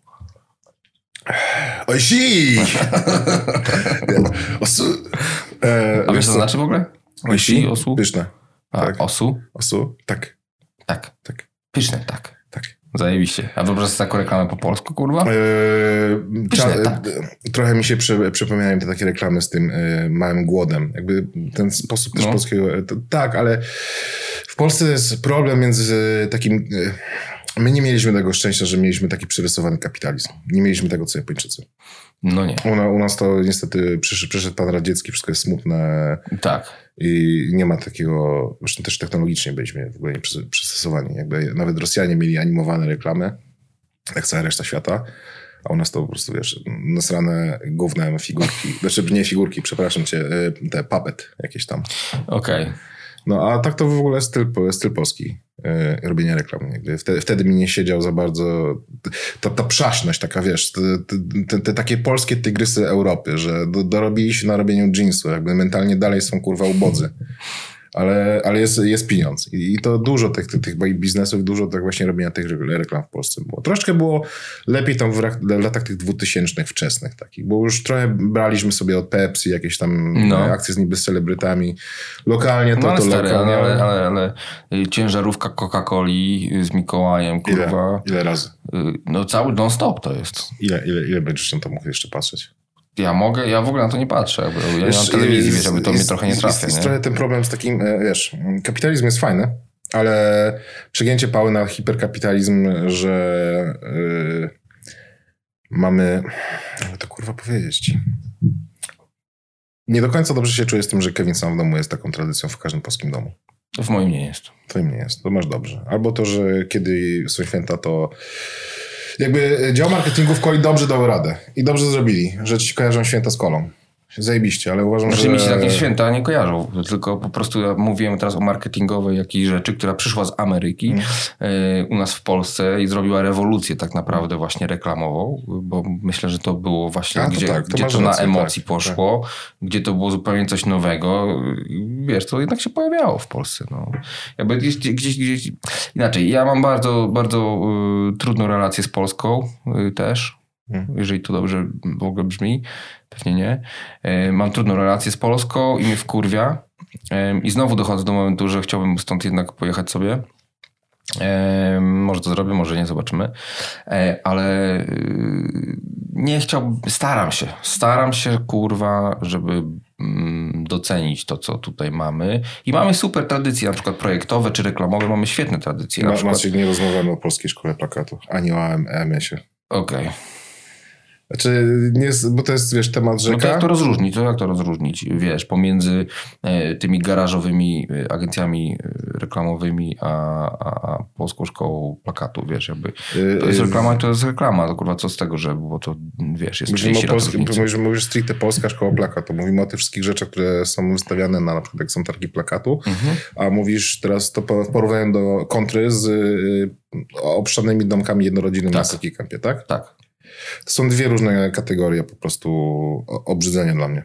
[SPEAKER 2] Oj, si! Osu... E,
[SPEAKER 1] A wiesz co to
[SPEAKER 2] co?
[SPEAKER 1] znaczy w ogóle?
[SPEAKER 2] Osi?
[SPEAKER 1] Osu?
[SPEAKER 2] Pyszne.
[SPEAKER 1] A,
[SPEAKER 2] Tak.
[SPEAKER 1] osu?
[SPEAKER 2] Osu? Tak,
[SPEAKER 1] Tak.
[SPEAKER 2] tak,
[SPEAKER 1] Pyszne, tak.
[SPEAKER 2] tak.
[SPEAKER 1] Zajebiście. A wyobraź sobie taką reklamę po polsku, kurwa?
[SPEAKER 2] E,
[SPEAKER 1] Pyszne,
[SPEAKER 2] cza-
[SPEAKER 1] tak.
[SPEAKER 2] e, Trochę mi się przy, przypominają te takie reklamy z tym e, małym głodem. Jakby ten sposób też
[SPEAKER 1] No.
[SPEAKER 2] polskiego. e, To, tak, ale w Polsce jest problem między e, takim. E, my nie mieliśmy tego szczęścia, że mieliśmy taki przerysowany kapitalizm. Nie mieliśmy tego, co Japończycy.
[SPEAKER 1] No nie.
[SPEAKER 2] U, na, u nas to niestety przyszedł, przyszedł pan Radziecki, wszystko jest smutne
[SPEAKER 1] Tak.
[SPEAKER 2] i nie ma takiego. Zresztą też technologicznie byliśmy w ogóle nie przys- przystosowani. Jakby nawet Rosjanie mieli animowane reklamy, jak cała reszta świata. A u nas to po prostu, wiesz, nasrane gównem figurki. Znaczy, nie figurki, przepraszam cię, y, te puppet jakieś tam.
[SPEAKER 1] Okej.
[SPEAKER 2] No a tak to w ogóle styl, po- styl polski y, robienia reklam. Jakby wtedy, wtedy mi nie siedział za bardzo t- ta, ta przaśność taka, wiesz, te, te, te, te takie polskie tygrysy Europy, że do, dorobili się na robieniu jeansu, jakby mentalnie dalej są kurwa ubodzy. Ale, ale jest, jest pieniądz. I, I to dużo tych, tych, tych biznesów, dużo tak właśnie robienia tych re- reklam w Polsce było. Troszkę było lepiej tam w rak- latach tych dwutysięcznych wczesnych takich, bo już trochę braliśmy sobie od Pepsi jakieś tam
[SPEAKER 1] No.
[SPEAKER 2] e, akcje z niby z celebrytami. Lokalnie to,
[SPEAKER 1] No ale
[SPEAKER 2] to
[SPEAKER 1] stary,
[SPEAKER 2] lokalnie.
[SPEAKER 1] ale, ale, ale, ale y, ciężarówka Coca-Coli y, z Mikołajem, kurwa.
[SPEAKER 2] Ile razy?
[SPEAKER 1] Y, No cały non-stop to jest.
[SPEAKER 2] Ile, ile, ile będziesz na to mógł jeszcze patrzeć?
[SPEAKER 1] Ja mogę, ja w ogóle na to nie patrzę. Jakby. Ja nie mam
[SPEAKER 2] Wiesz,
[SPEAKER 1] telewizji,
[SPEAKER 2] jest-
[SPEAKER 1] wiesz, jakby to
[SPEAKER 2] jest-
[SPEAKER 1] mnie trochę nie
[SPEAKER 2] jest-
[SPEAKER 1] trafia,
[SPEAKER 2] Jest
[SPEAKER 1] nie?
[SPEAKER 2] trochę ten problem z takim, e, wiesz, m, kapitalizm jest fajny, ale przegięcie pały na hiperkapitalizm, że y, mamy, jakby to kurwa powiedzieć ci. Nie do końca dobrze się czuję z tym, że Kevin sam w domu jest taką tradycją w każdym polskim domu.
[SPEAKER 1] W moim nie jest.
[SPEAKER 2] To im nie jest, to masz dobrze. Albo to, że kiedy są święta, to jakby dział marketingu w Koli dobrze dał radę i dobrze zrobili, że ci kojarzą święta z Kolą. Zajebiście, ale uważam,
[SPEAKER 1] Znaczy
[SPEAKER 2] że...
[SPEAKER 1] mi się takie święta nie kojarzą, tylko po prostu ja mówiłem teraz o marketingowej jakiejś rzeczy, która przyszła z Ameryki
[SPEAKER 2] Mhm.
[SPEAKER 1] e, u nas w Polsce i zrobiła rewolucję tak naprawdę właśnie reklamową, bo myślę, że to było właśnie
[SPEAKER 2] A, to
[SPEAKER 1] gdzie,
[SPEAKER 2] tak, to
[SPEAKER 1] gdzie
[SPEAKER 2] masz
[SPEAKER 1] to na
[SPEAKER 2] rację,
[SPEAKER 1] emocji
[SPEAKER 2] tak,
[SPEAKER 1] poszło, gdzie to było zupełnie coś nowego. I Wiesz, to jednak się pojawiało w Polsce. No. Jakby gdzieś, gdzieś, gdzieś... Inaczej, ja mam bardzo, bardzo y, trudną relację z Polską y, też,
[SPEAKER 2] Mhm.
[SPEAKER 1] jeżeli to dobrze w ogóle brzmi. Pewnie nie. E, Mam trudną relację z Polską i mnie wkurwia. Em, I znowu dochodzę do momentu, że chciałbym stąd jednak pojechać sobie. Em, Może to zrobię, może nie, zobaczymy. E, Ale y, nie chciałbym, staram się. Staram się, kurwa, żeby mm, docenić to, co tutaj mamy. I mamy super tradycje, na przykład projektowe czy reklamowe. Mamy świetne tradycje. Na
[SPEAKER 2] Ma,
[SPEAKER 1] przykład...
[SPEAKER 2] Maciek, nie rozmawiamy o polskiej szkole plakatu, ani o AMS-ie.
[SPEAKER 1] Okej.
[SPEAKER 2] Znaczy, nie, jest- bo to jest, wiesz, temat
[SPEAKER 1] No to
[SPEAKER 2] rzeka.
[SPEAKER 1] jak to rozróżnić? To jak to rozróżnić? Wiesz, pomiędzy e, tymi garażowymi e, agencjami e, reklamowymi, a, a, a polską szkołą plakatu, wiesz, jakby.
[SPEAKER 2] Y,
[SPEAKER 1] To jest
[SPEAKER 2] y,
[SPEAKER 1] reklama, i to jest reklama, to kurwa, co z tego, że bo to, wiesz, jest
[SPEAKER 2] Mówimy o
[SPEAKER 1] 30 lat
[SPEAKER 2] polskim,
[SPEAKER 1] różnicy.
[SPEAKER 2] mówisz, mówisz stricte polska szkoła plakatu. Mówimy o tych wszystkich rzeczach, które są wystawiane na, na przykład jak są targi plakatu,
[SPEAKER 1] Mhm.
[SPEAKER 2] a mówisz teraz to po- w porównaniu do kontry z y, obszarnymi domkami jednorodzinnymi
[SPEAKER 1] Tak.
[SPEAKER 2] na Soki Kępie, tak?
[SPEAKER 1] Tak.
[SPEAKER 2] To są dwie różne kategorie po prostu o- obrzydzenia dla mnie.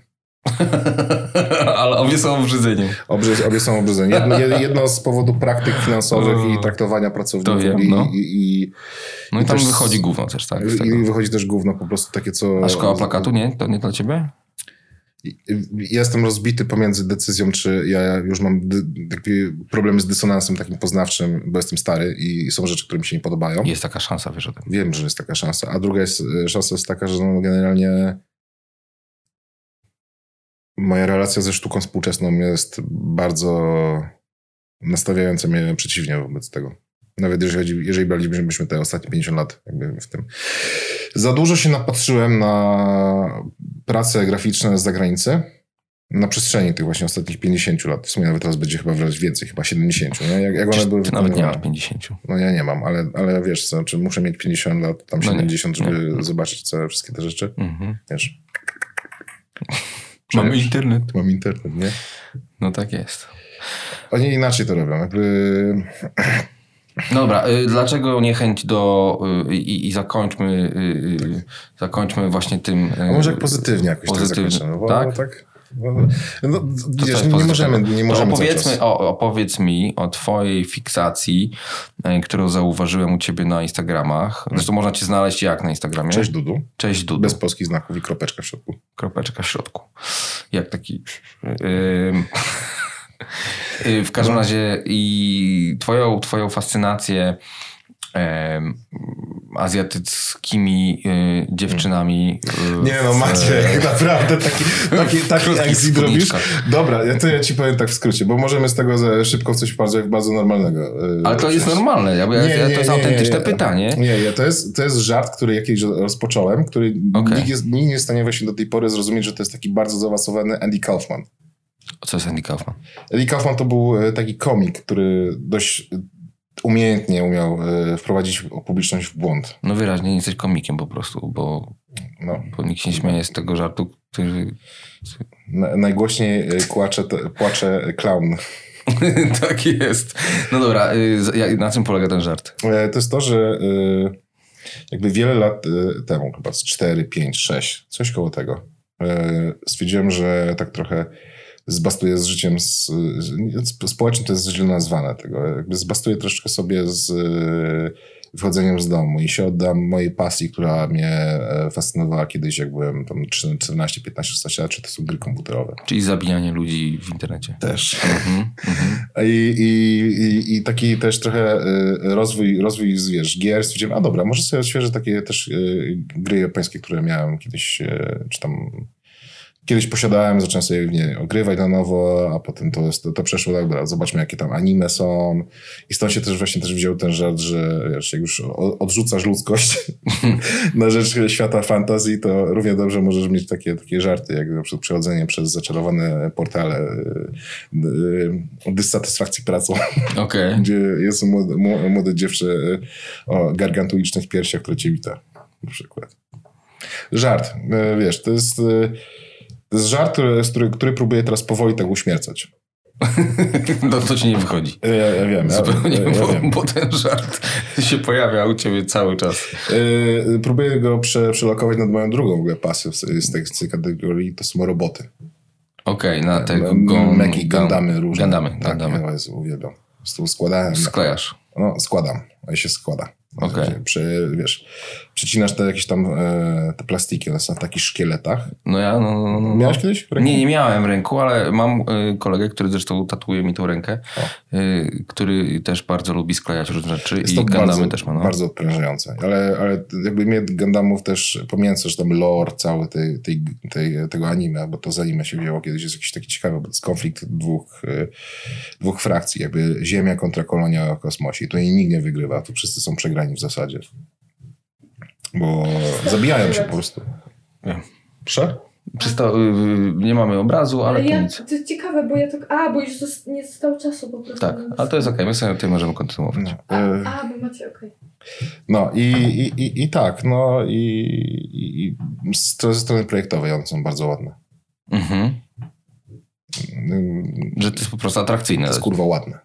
[SPEAKER 1] Ale obie są obrzydzeniem.
[SPEAKER 2] Obrzy, obie są obrzydzeni. Jedno, jedno z powodu praktyk finansowych i traktowania pracowników.
[SPEAKER 1] No. To wiem,
[SPEAKER 2] i,
[SPEAKER 1] no.
[SPEAKER 2] i, i,
[SPEAKER 1] No i,
[SPEAKER 2] I
[SPEAKER 1] tam
[SPEAKER 2] też-
[SPEAKER 1] wychodzi gówno też, tak? Z tego.
[SPEAKER 2] i wychodzi też gówno po prostu takie, co...
[SPEAKER 1] A szkoła plakatu, nie? To nie dla ciebie?
[SPEAKER 2] Jestem rozbity pomiędzy decyzją, czy ja już mam dy, taki problemy z dysonansem takim poznawczym, bo jestem stary i są rzeczy, które mi się nie podobają.
[SPEAKER 1] Jest taka szansa, wiesz o tym.
[SPEAKER 2] Wiem, że jest taka szansa. A druga jest, e, szansa jest taka, że no generalnie moja relacja ze sztuką współczesną jest bardzo nastawiająca mnie przeciwnie wobec tego. Nawet jeżeli, chodzi- jeżeli bralibyśmy te ostatnie 50 lat jakby w tym. Za dużo się napatrzyłem na prace graficzne z zagranicy na przestrzeni tych właśnie ostatnich 50 lat. W sumie nawet teraz będzie chyba wręcz więcej, chyba 70. Nie? Jak, jak one
[SPEAKER 1] Przecież
[SPEAKER 2] były
[SPEAKER 1] ty nawet nie
[SPEAKER 2] wykonywane.
[SPEAKER 1] masz 50.
[SPEAKER 2] No ja nie mam, ale, ale wiesz, co, znaczy muszę mieć 50 lat, tam
[SPEAKER 1] No nie,
[SPEAKER 2] 70,
[SPEAKER 1] nie,
[SPEAKER 2] żeby
[SPEAKER 1] nie.
[SPEAKER 2] zobaczyć całe wszystkie te rzeczy.
[SPEAKER 1] Mhm.
[SPEAKER 2] Wiesz,
[SPEAKER 1] Mamy
[SPEAKER 2] Przecież-
[SPEAKER 1] internet.
[SPEAKER 2] mam internet, nie?
[SPEAKER 1] No tak jest.
[SPEAKER 2] Oni inaczej to robią. Jakby
[SPEAKER 1] Dobra, y, dlaczego niechęć do... y, I, i zakończmy y, y, zakończmy właśnie tym... y,
[SPEAKER 2] A może jak pozytywnie jakoś
[SPEAKER 1] pozytywnie,
[SPEAKER 2] tak zakończymy, bo
[SPEAKER 1] tak?
[SPEAKER 2] tak? Bo, no,
[SPEAKER 1] To co
[SPEAKER 2] wiesz,
[SPEAKER 1] jest
[SPEAKER 2] nie
[SPEAKER 1] pozytywne?
[SPEAKER 2] możemy, nie
[SPEAKER 1] To
[SPEAKER 2] możemy cały czas.
[SPEAKER 1] opowiedzmy, o, opowiedz mi o twojej fiksacji, e, którą zauważyłem u ciebie na Instagramach. Zresztą można cię znaleźć jak na Instagramie?
[SPEAKER 2] Mm. Cześć Dudu,
[SPEAKER 1] Cześć Dudu.
[SPEAKER 2] bez polskich znaków i kropeczka w środku.
[SPEAKER 1] Kropeczka w środku. Jak taki... Ym, y, w każdym razie i twoją, twoją fascynację em, azjatyckimi y, dziewczynami. y,
[SPEAKER 2] Nie no
[SPEAKER 1] w-
[SPEAKER 2] Maciek, naprawdę taki, taki, taki
[SPEAKER 1] krótkich
[SPEAKER 2] exit robisz.
[SPEAKER 1] spódniczkach.
[SPEAKER 2] Dobra, ja to ja ci powiem tak w skrócie, bo możemy z tego za- szybko w coś bardzo, bardzo normalnego. y,
[SPEAKER 1] Ale to jest
[SPEAKER 2] przejść.
[SPEAKER 1] normalne, ja, ja,
[SPEAKER 2] Nie,
[SPEAKER 1] ja, to
[SPEAKER 2] nie,
[SPEAKER 1] jest
[SPEAKER 2] nie, nie,
[SPEAKER 1] autentyczne
[SPEAKER 2] nie.
[SPEAKER 1] pytanie.
[SPEAKER 2] Nie, ja, to, jest, to jest żart, który jakiś rozpocząłem, który
[SPEAKER 1] Okej.
[SPEAKER 2] nikt, jest, nikt nie jest w stanie właśnie do tej pory zrozumieć, że to jest taki bardzo zaawansowany Andy Kaufman.
[SPEAKER 1] Co jest Andy Kaufman?
[SPEAKER 2] Andy Kaufman to był e, taki komik, który dość e, umiejętnie umiał e, wprowadzić publiczność w błąd.
[SPEAKER 1] No wyraźnie nie jesteś komikiem po prostu, bo,
[SPEAKER 2] No,
[SPEAKER 1] bo nikt się nie śmieje z tego żartu, który...
[SPEAKER 2] na, najgłośniej e, kłacze, te, płacze clown.
[SPEAKER 1] tak jest. No dobra, y, z- jak- na czym polega ten żart?
[SPEAKER 2] E, To jest to, że e, jakby wiele lat e, temu, chyba z 4, 5, 6, coś koło tego, e, stwierdziłem, że tak trochę zbastuję z życiem z, z, społecznym, to jest źle nazwane tego, jakby zbastuję troszeczkę sobie z e, wychodzeniem z domu i się oddam mojej pasji, która mnie e, fascynowała kiedyś, jak byłem tam 3, 14, 15, 16 lat, czy to są gry komputerowe.
[SPEAKER 1] Czyli zabijanie ludzi w internecie.
[SPEAKER 2] Też.
[SPEAKER 1] Mhm, mhm.
[SPEAKER 2] I, i, i, I taki też trochę y, rozwój, rozwój z, wiesz, gier. Stwierdziłem, a dobra, może sobie odświeżę takie też y, gry japońskie, które miałem kiedyś, y, czy tam kiedyś posiadałem, zacząłem sobie w nie ogrywać na nowo, a potem to, jest- to przeszło, dobra, zobaczmy jakie tam anime są. I stąd się też właśnie też wziął ten żart, że wiesz, jak już o- odrzucasz ludzkość na rzecz świata fantazji, to równie dobrze możesz mieć takie, takie żarty, jak na przykład przechodzenie przez zaczarowane portale y, y, dysatysfakcji pracą,
[SPEAKER 1] Okej.
[SPEAKER 2] gdzie jest młode, mł- młode dziewczę y, o gargantuicznych piersiach, które cię wita. Na przykład. Żart, y, wiesz, to jest... y, To jest żart, który, który, który próbuję teraz powoli tak uśmiercać. Y,
[SPEAKER 1] No to ci nie wychodzi.
[SPEAKER 2] Ja, ja wiem. ja-
[SPEAKER 1] Zupełnie,
[SPEAKER 2] No, ja, ja
[SPEAKER 1] bo,
[SPEAKER 2] wiem.
[SPEAKER 1] bo ten żart się pojawia u ciebie cały czas.
[SPEAKER 2] Yy, próbuję go prze, przelokować nad moją drugą w ogóle pasję z, z tej, z tej kategorii, to są roboty.
[SPEAKER 1] Okej, na tego...
[SPEAKER 2] M-
[SPEAKER 1] gon-
[SPEAKER 2] Meki,
[SPEAKER 1] gam-
[SPEAKER 2] Gundamy no, różne.
[SPEAKER 1] Gundamy,
[SPEAKER 2] tak,
[SPEAKER 1] Gundamy.
[SPEAKER 2] Ja Jezu, uwielbiam. Z tą składałem.
[SPEAKER 1] Sklejasz.
[SPEAKER 2] No, składam. A się składa.
[SPEAKER 1] Okej.
[SPEAKER 2] Znaczy, Prze, wiesz, przecinasz te jakieś tam e, te plastiki, one są w takich szkieletach.
[SPEAKER 1] No ja... No, no, no.
[SPEAKER 2] Miałeś kiedyś? w ręku?
[SPEAKER 1] Nie, nie miałem ręku, ale mam y, kolegę, który zresztą tatuuje mi tą rękę, y, który też bardzo lubi sklejać różne rzeczy i gandamy też ma. No.
[SPEAKER 2] bardzo odprężające. Ale, ale jakby mnie Gundamów też, pomijając że tam lore cały tej, tej, tej, tego anime, bo to z anime się wzięło kiedyś, jest jakiś taki ciekawy bo to jest konflikt dwóch, e, dwóch frakcji, jakby Ziemia kontra kolonia o kosmosie. Tu nikt nie wygrywa, tu wszyscy są przegrani w zasadzie. Bo zabijają się po prostu.
[SPEAKER 1] Wiem.
[SPEAKER 2] Prze?
[SPEAKER 1] Przysta- y, y, nie mamy obrazu, ale
[SPEAKER 3] Ale
[SPEAKER 1] to
[SPEAKER 3] ja,
[SPEAKER 1] nic.
[SPEAKER 3] to jest ciekawe, bo ja tak. A, bo już zos- nie zostało czasu po prostu.
[SPEAKER 1] Tak, ale to jest okej, my sobie tutaj możemy kontynuować.
[SPEAKER 2] No,
[SPEAKER 3] A,
[SPEAKER 2] e,
[SPEAKER 3] a, bo macie, okej.
[SPEAKER 2] No i, i, i, i tak, no i, i, i z- ze strony projektowej one są bardzo ładne.
[SPEAKER 1] Mhm.
[SPEAKER 2] Ym,
[SPEAKER 1] Że to jest po prostu atrakcyjne.
[SPEAKER 2] To jest kurwa ładne.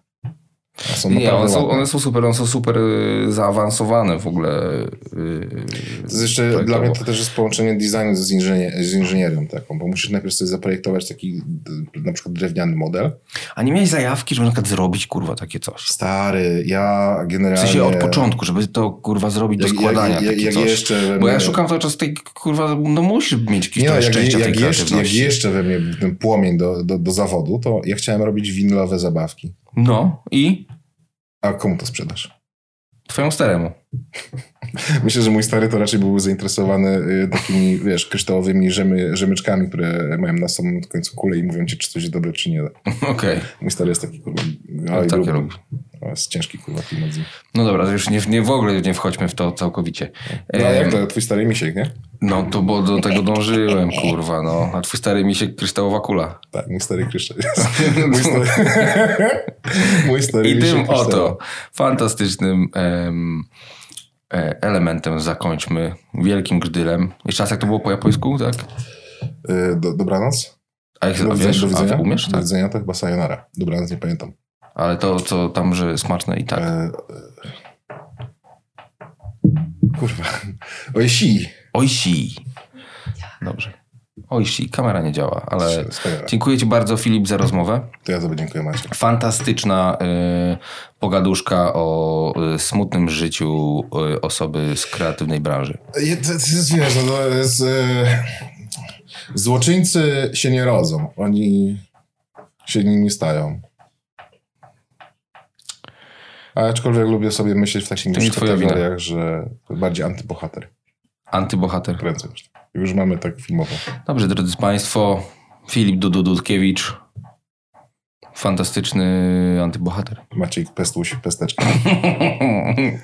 [SPEAKER 2] A Są
[SPEAKER 1] Nie,
[SPEAKER 2] naprawdę
[SPEAKER 1] one są,
[SPEAKER 2] ładne.
[SPEAKER 1] one są super, one są super y, zaawansowane w ogóle. y,
[SPEAKER 2] To jest jeszcze dla
[SPEAKER 1] projektowo.
[SPEAKER 2] mnie to też jest połączenie designu z, inżynier- z inżynierem taką, bo musisz najpierw sobie zaprojektować taki d- na przykład drewniany model.
[SPEAKER 1] A nie miałeś zajawki, żeby na przykład zrobić kurwa takie coś?
[SPEAKER 2] Stary, ja
[SPEAKER 1] W
[SPEAKER 2] generalnie...
[SPEAKER 1] sensie od początku, żeby to kurwa zrobić do
[SPEAKER 2] Jak-
[SPEAKER 1] składania
[SPEAKER 2] jak, jak,
[SPEAKER 1] takie
[SPEAKER 2] jak
[SPEAKER 1] coś.
[SPEAKER 2] jeszcze...
[SPEAKER 1] Bo ja szukam cały czas tej kurwa, no musisz mieć jakieś
[SPEAKER 2] Nie, no,
[SPEAKER 1] trochę
[SPEAKER 2] jak,
[SPEAKER 1] szczęścia tej
[SPEAKER 2] jak, jeszcze, jak
[SPEAKER 1] kreatywności.
[SPEAKER 2] jeszcze we mnie był ten płomień do, do, do zawodu, to ja chciałem robić winylowe zabawki.
[SPEAKER 1] No i
[SPEAKER 2] A komu to sprzedasz?
[SPEAKER 1] twojemu staremu.
[SPEAKER 2] Myślę, że mój stary to raczej był zainteresowany y, takimi, wiesz, kryształowymi rzemy, rzemyczkami, które mają na samym końcu kulę i mówią ci, czy coś jest dobre, czy nie.
[SPEAKER 1] Okej,
[SPEAKER 2] Mój stary jest taki, kurwa,
[SPEAKER 1] okay.
[SPEAKER 2] oj,
[SPEAKER 1] takie
[SPEAKER 2] gruby.
[SPEAKER 1] lubi.
[SPEAKER 2] O, jest ciężki, kurwa, klimat z nim.
[SPEAKER 1] No dobra, to już nie, nie w ogóle nie wchodźmy w to całkowicie.
[SPEAKER 2] No, a
[SPEAKER 1] Em,
[SPEAKER 2] jak to, twój stary misiek, nie?
[SPEAKER 1] No to bo do tego dążyłem, kurwa, no. A twój stary mi się kryształowa kula.
[SPEAKER 2] Tak, mój stary kryształ jest. Mój stary, mój stary
[SPEAKER 1] I
[SPEAKER 2] misiek
[SPEAKER 1] tym
[SPEAKER 2] kryształ.
[SPEAKER 1] oto fantastycznym em, e, elementem zakończmy wielkim grdylem. Jeszcze raz jak to było po japońsku, tak?
[SPEAKER 2] Y, Do, dobranoc.
[SPEAKER 1] A jak
[SPEAKER 2] Do
[SPEAKER 1] a
[SPEAKER 2] widzenia.
[SPEAKER 1] wiesz,
[SPEAKER 2] do widzenia.
[SPEAKER 1] a umiesz?
[SPEAKER 2] do
[SPEAKER 1] Tak.
[SPEAKER 2] widzenia to chyba sayonara. Dobranoc, nie pamiętam.
[SPEAKER 1] Ale to, co tam, że smaczne i tak.
[SPEAKER 2] E, e, Kurwa. Oj, si.
[SPEAKER 1] Ojsi. Dobrze. Ojsi, kamera nie działa, ale
[SPEAKER 2] Wspaniale.
[SPEAKER 1] dziękuję ci bardzo Filip za rozmowę.
[SPEAKER 2] To ja tobie dziękuję, Maciek.
[SPEAKER 1] Fantastyczna y, pogaduszka o y, smutnym życiu y, osoby z kreatywnej branży.
[SPEAKER 2] Je- To, to jest, wiesz, no to jest... E... Złoczyńcy się nie rodzą. Oni się nimi stają. A aczkolwiek lubię sobie myśleć w takich
[SPEAKER 1] to nie
[SPEAKER 2] już
[SPEAKER 1] twoja wina.
[SPEAKER 2] kategoriach, że bardziej antybohater.
[SPEAKER 1] Antybohater.
[SPEAKER 2] Prędzej już. Już mamy tak filmowo.
[SPEAKER 1] Dobrze, drodzy Państwo, Filip Dudu Dudkiewicz. Fantastyczny antybohater.
[SPEAKER 2] Maciek, pestuś, pesteczka.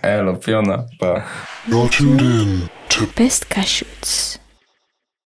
[SPEAKER 1] Elo, piona.
[SPEAKER 2] Pa.
[SPEAKER 4] You're tuned in to
[SPEAKER 5] Best Cashews.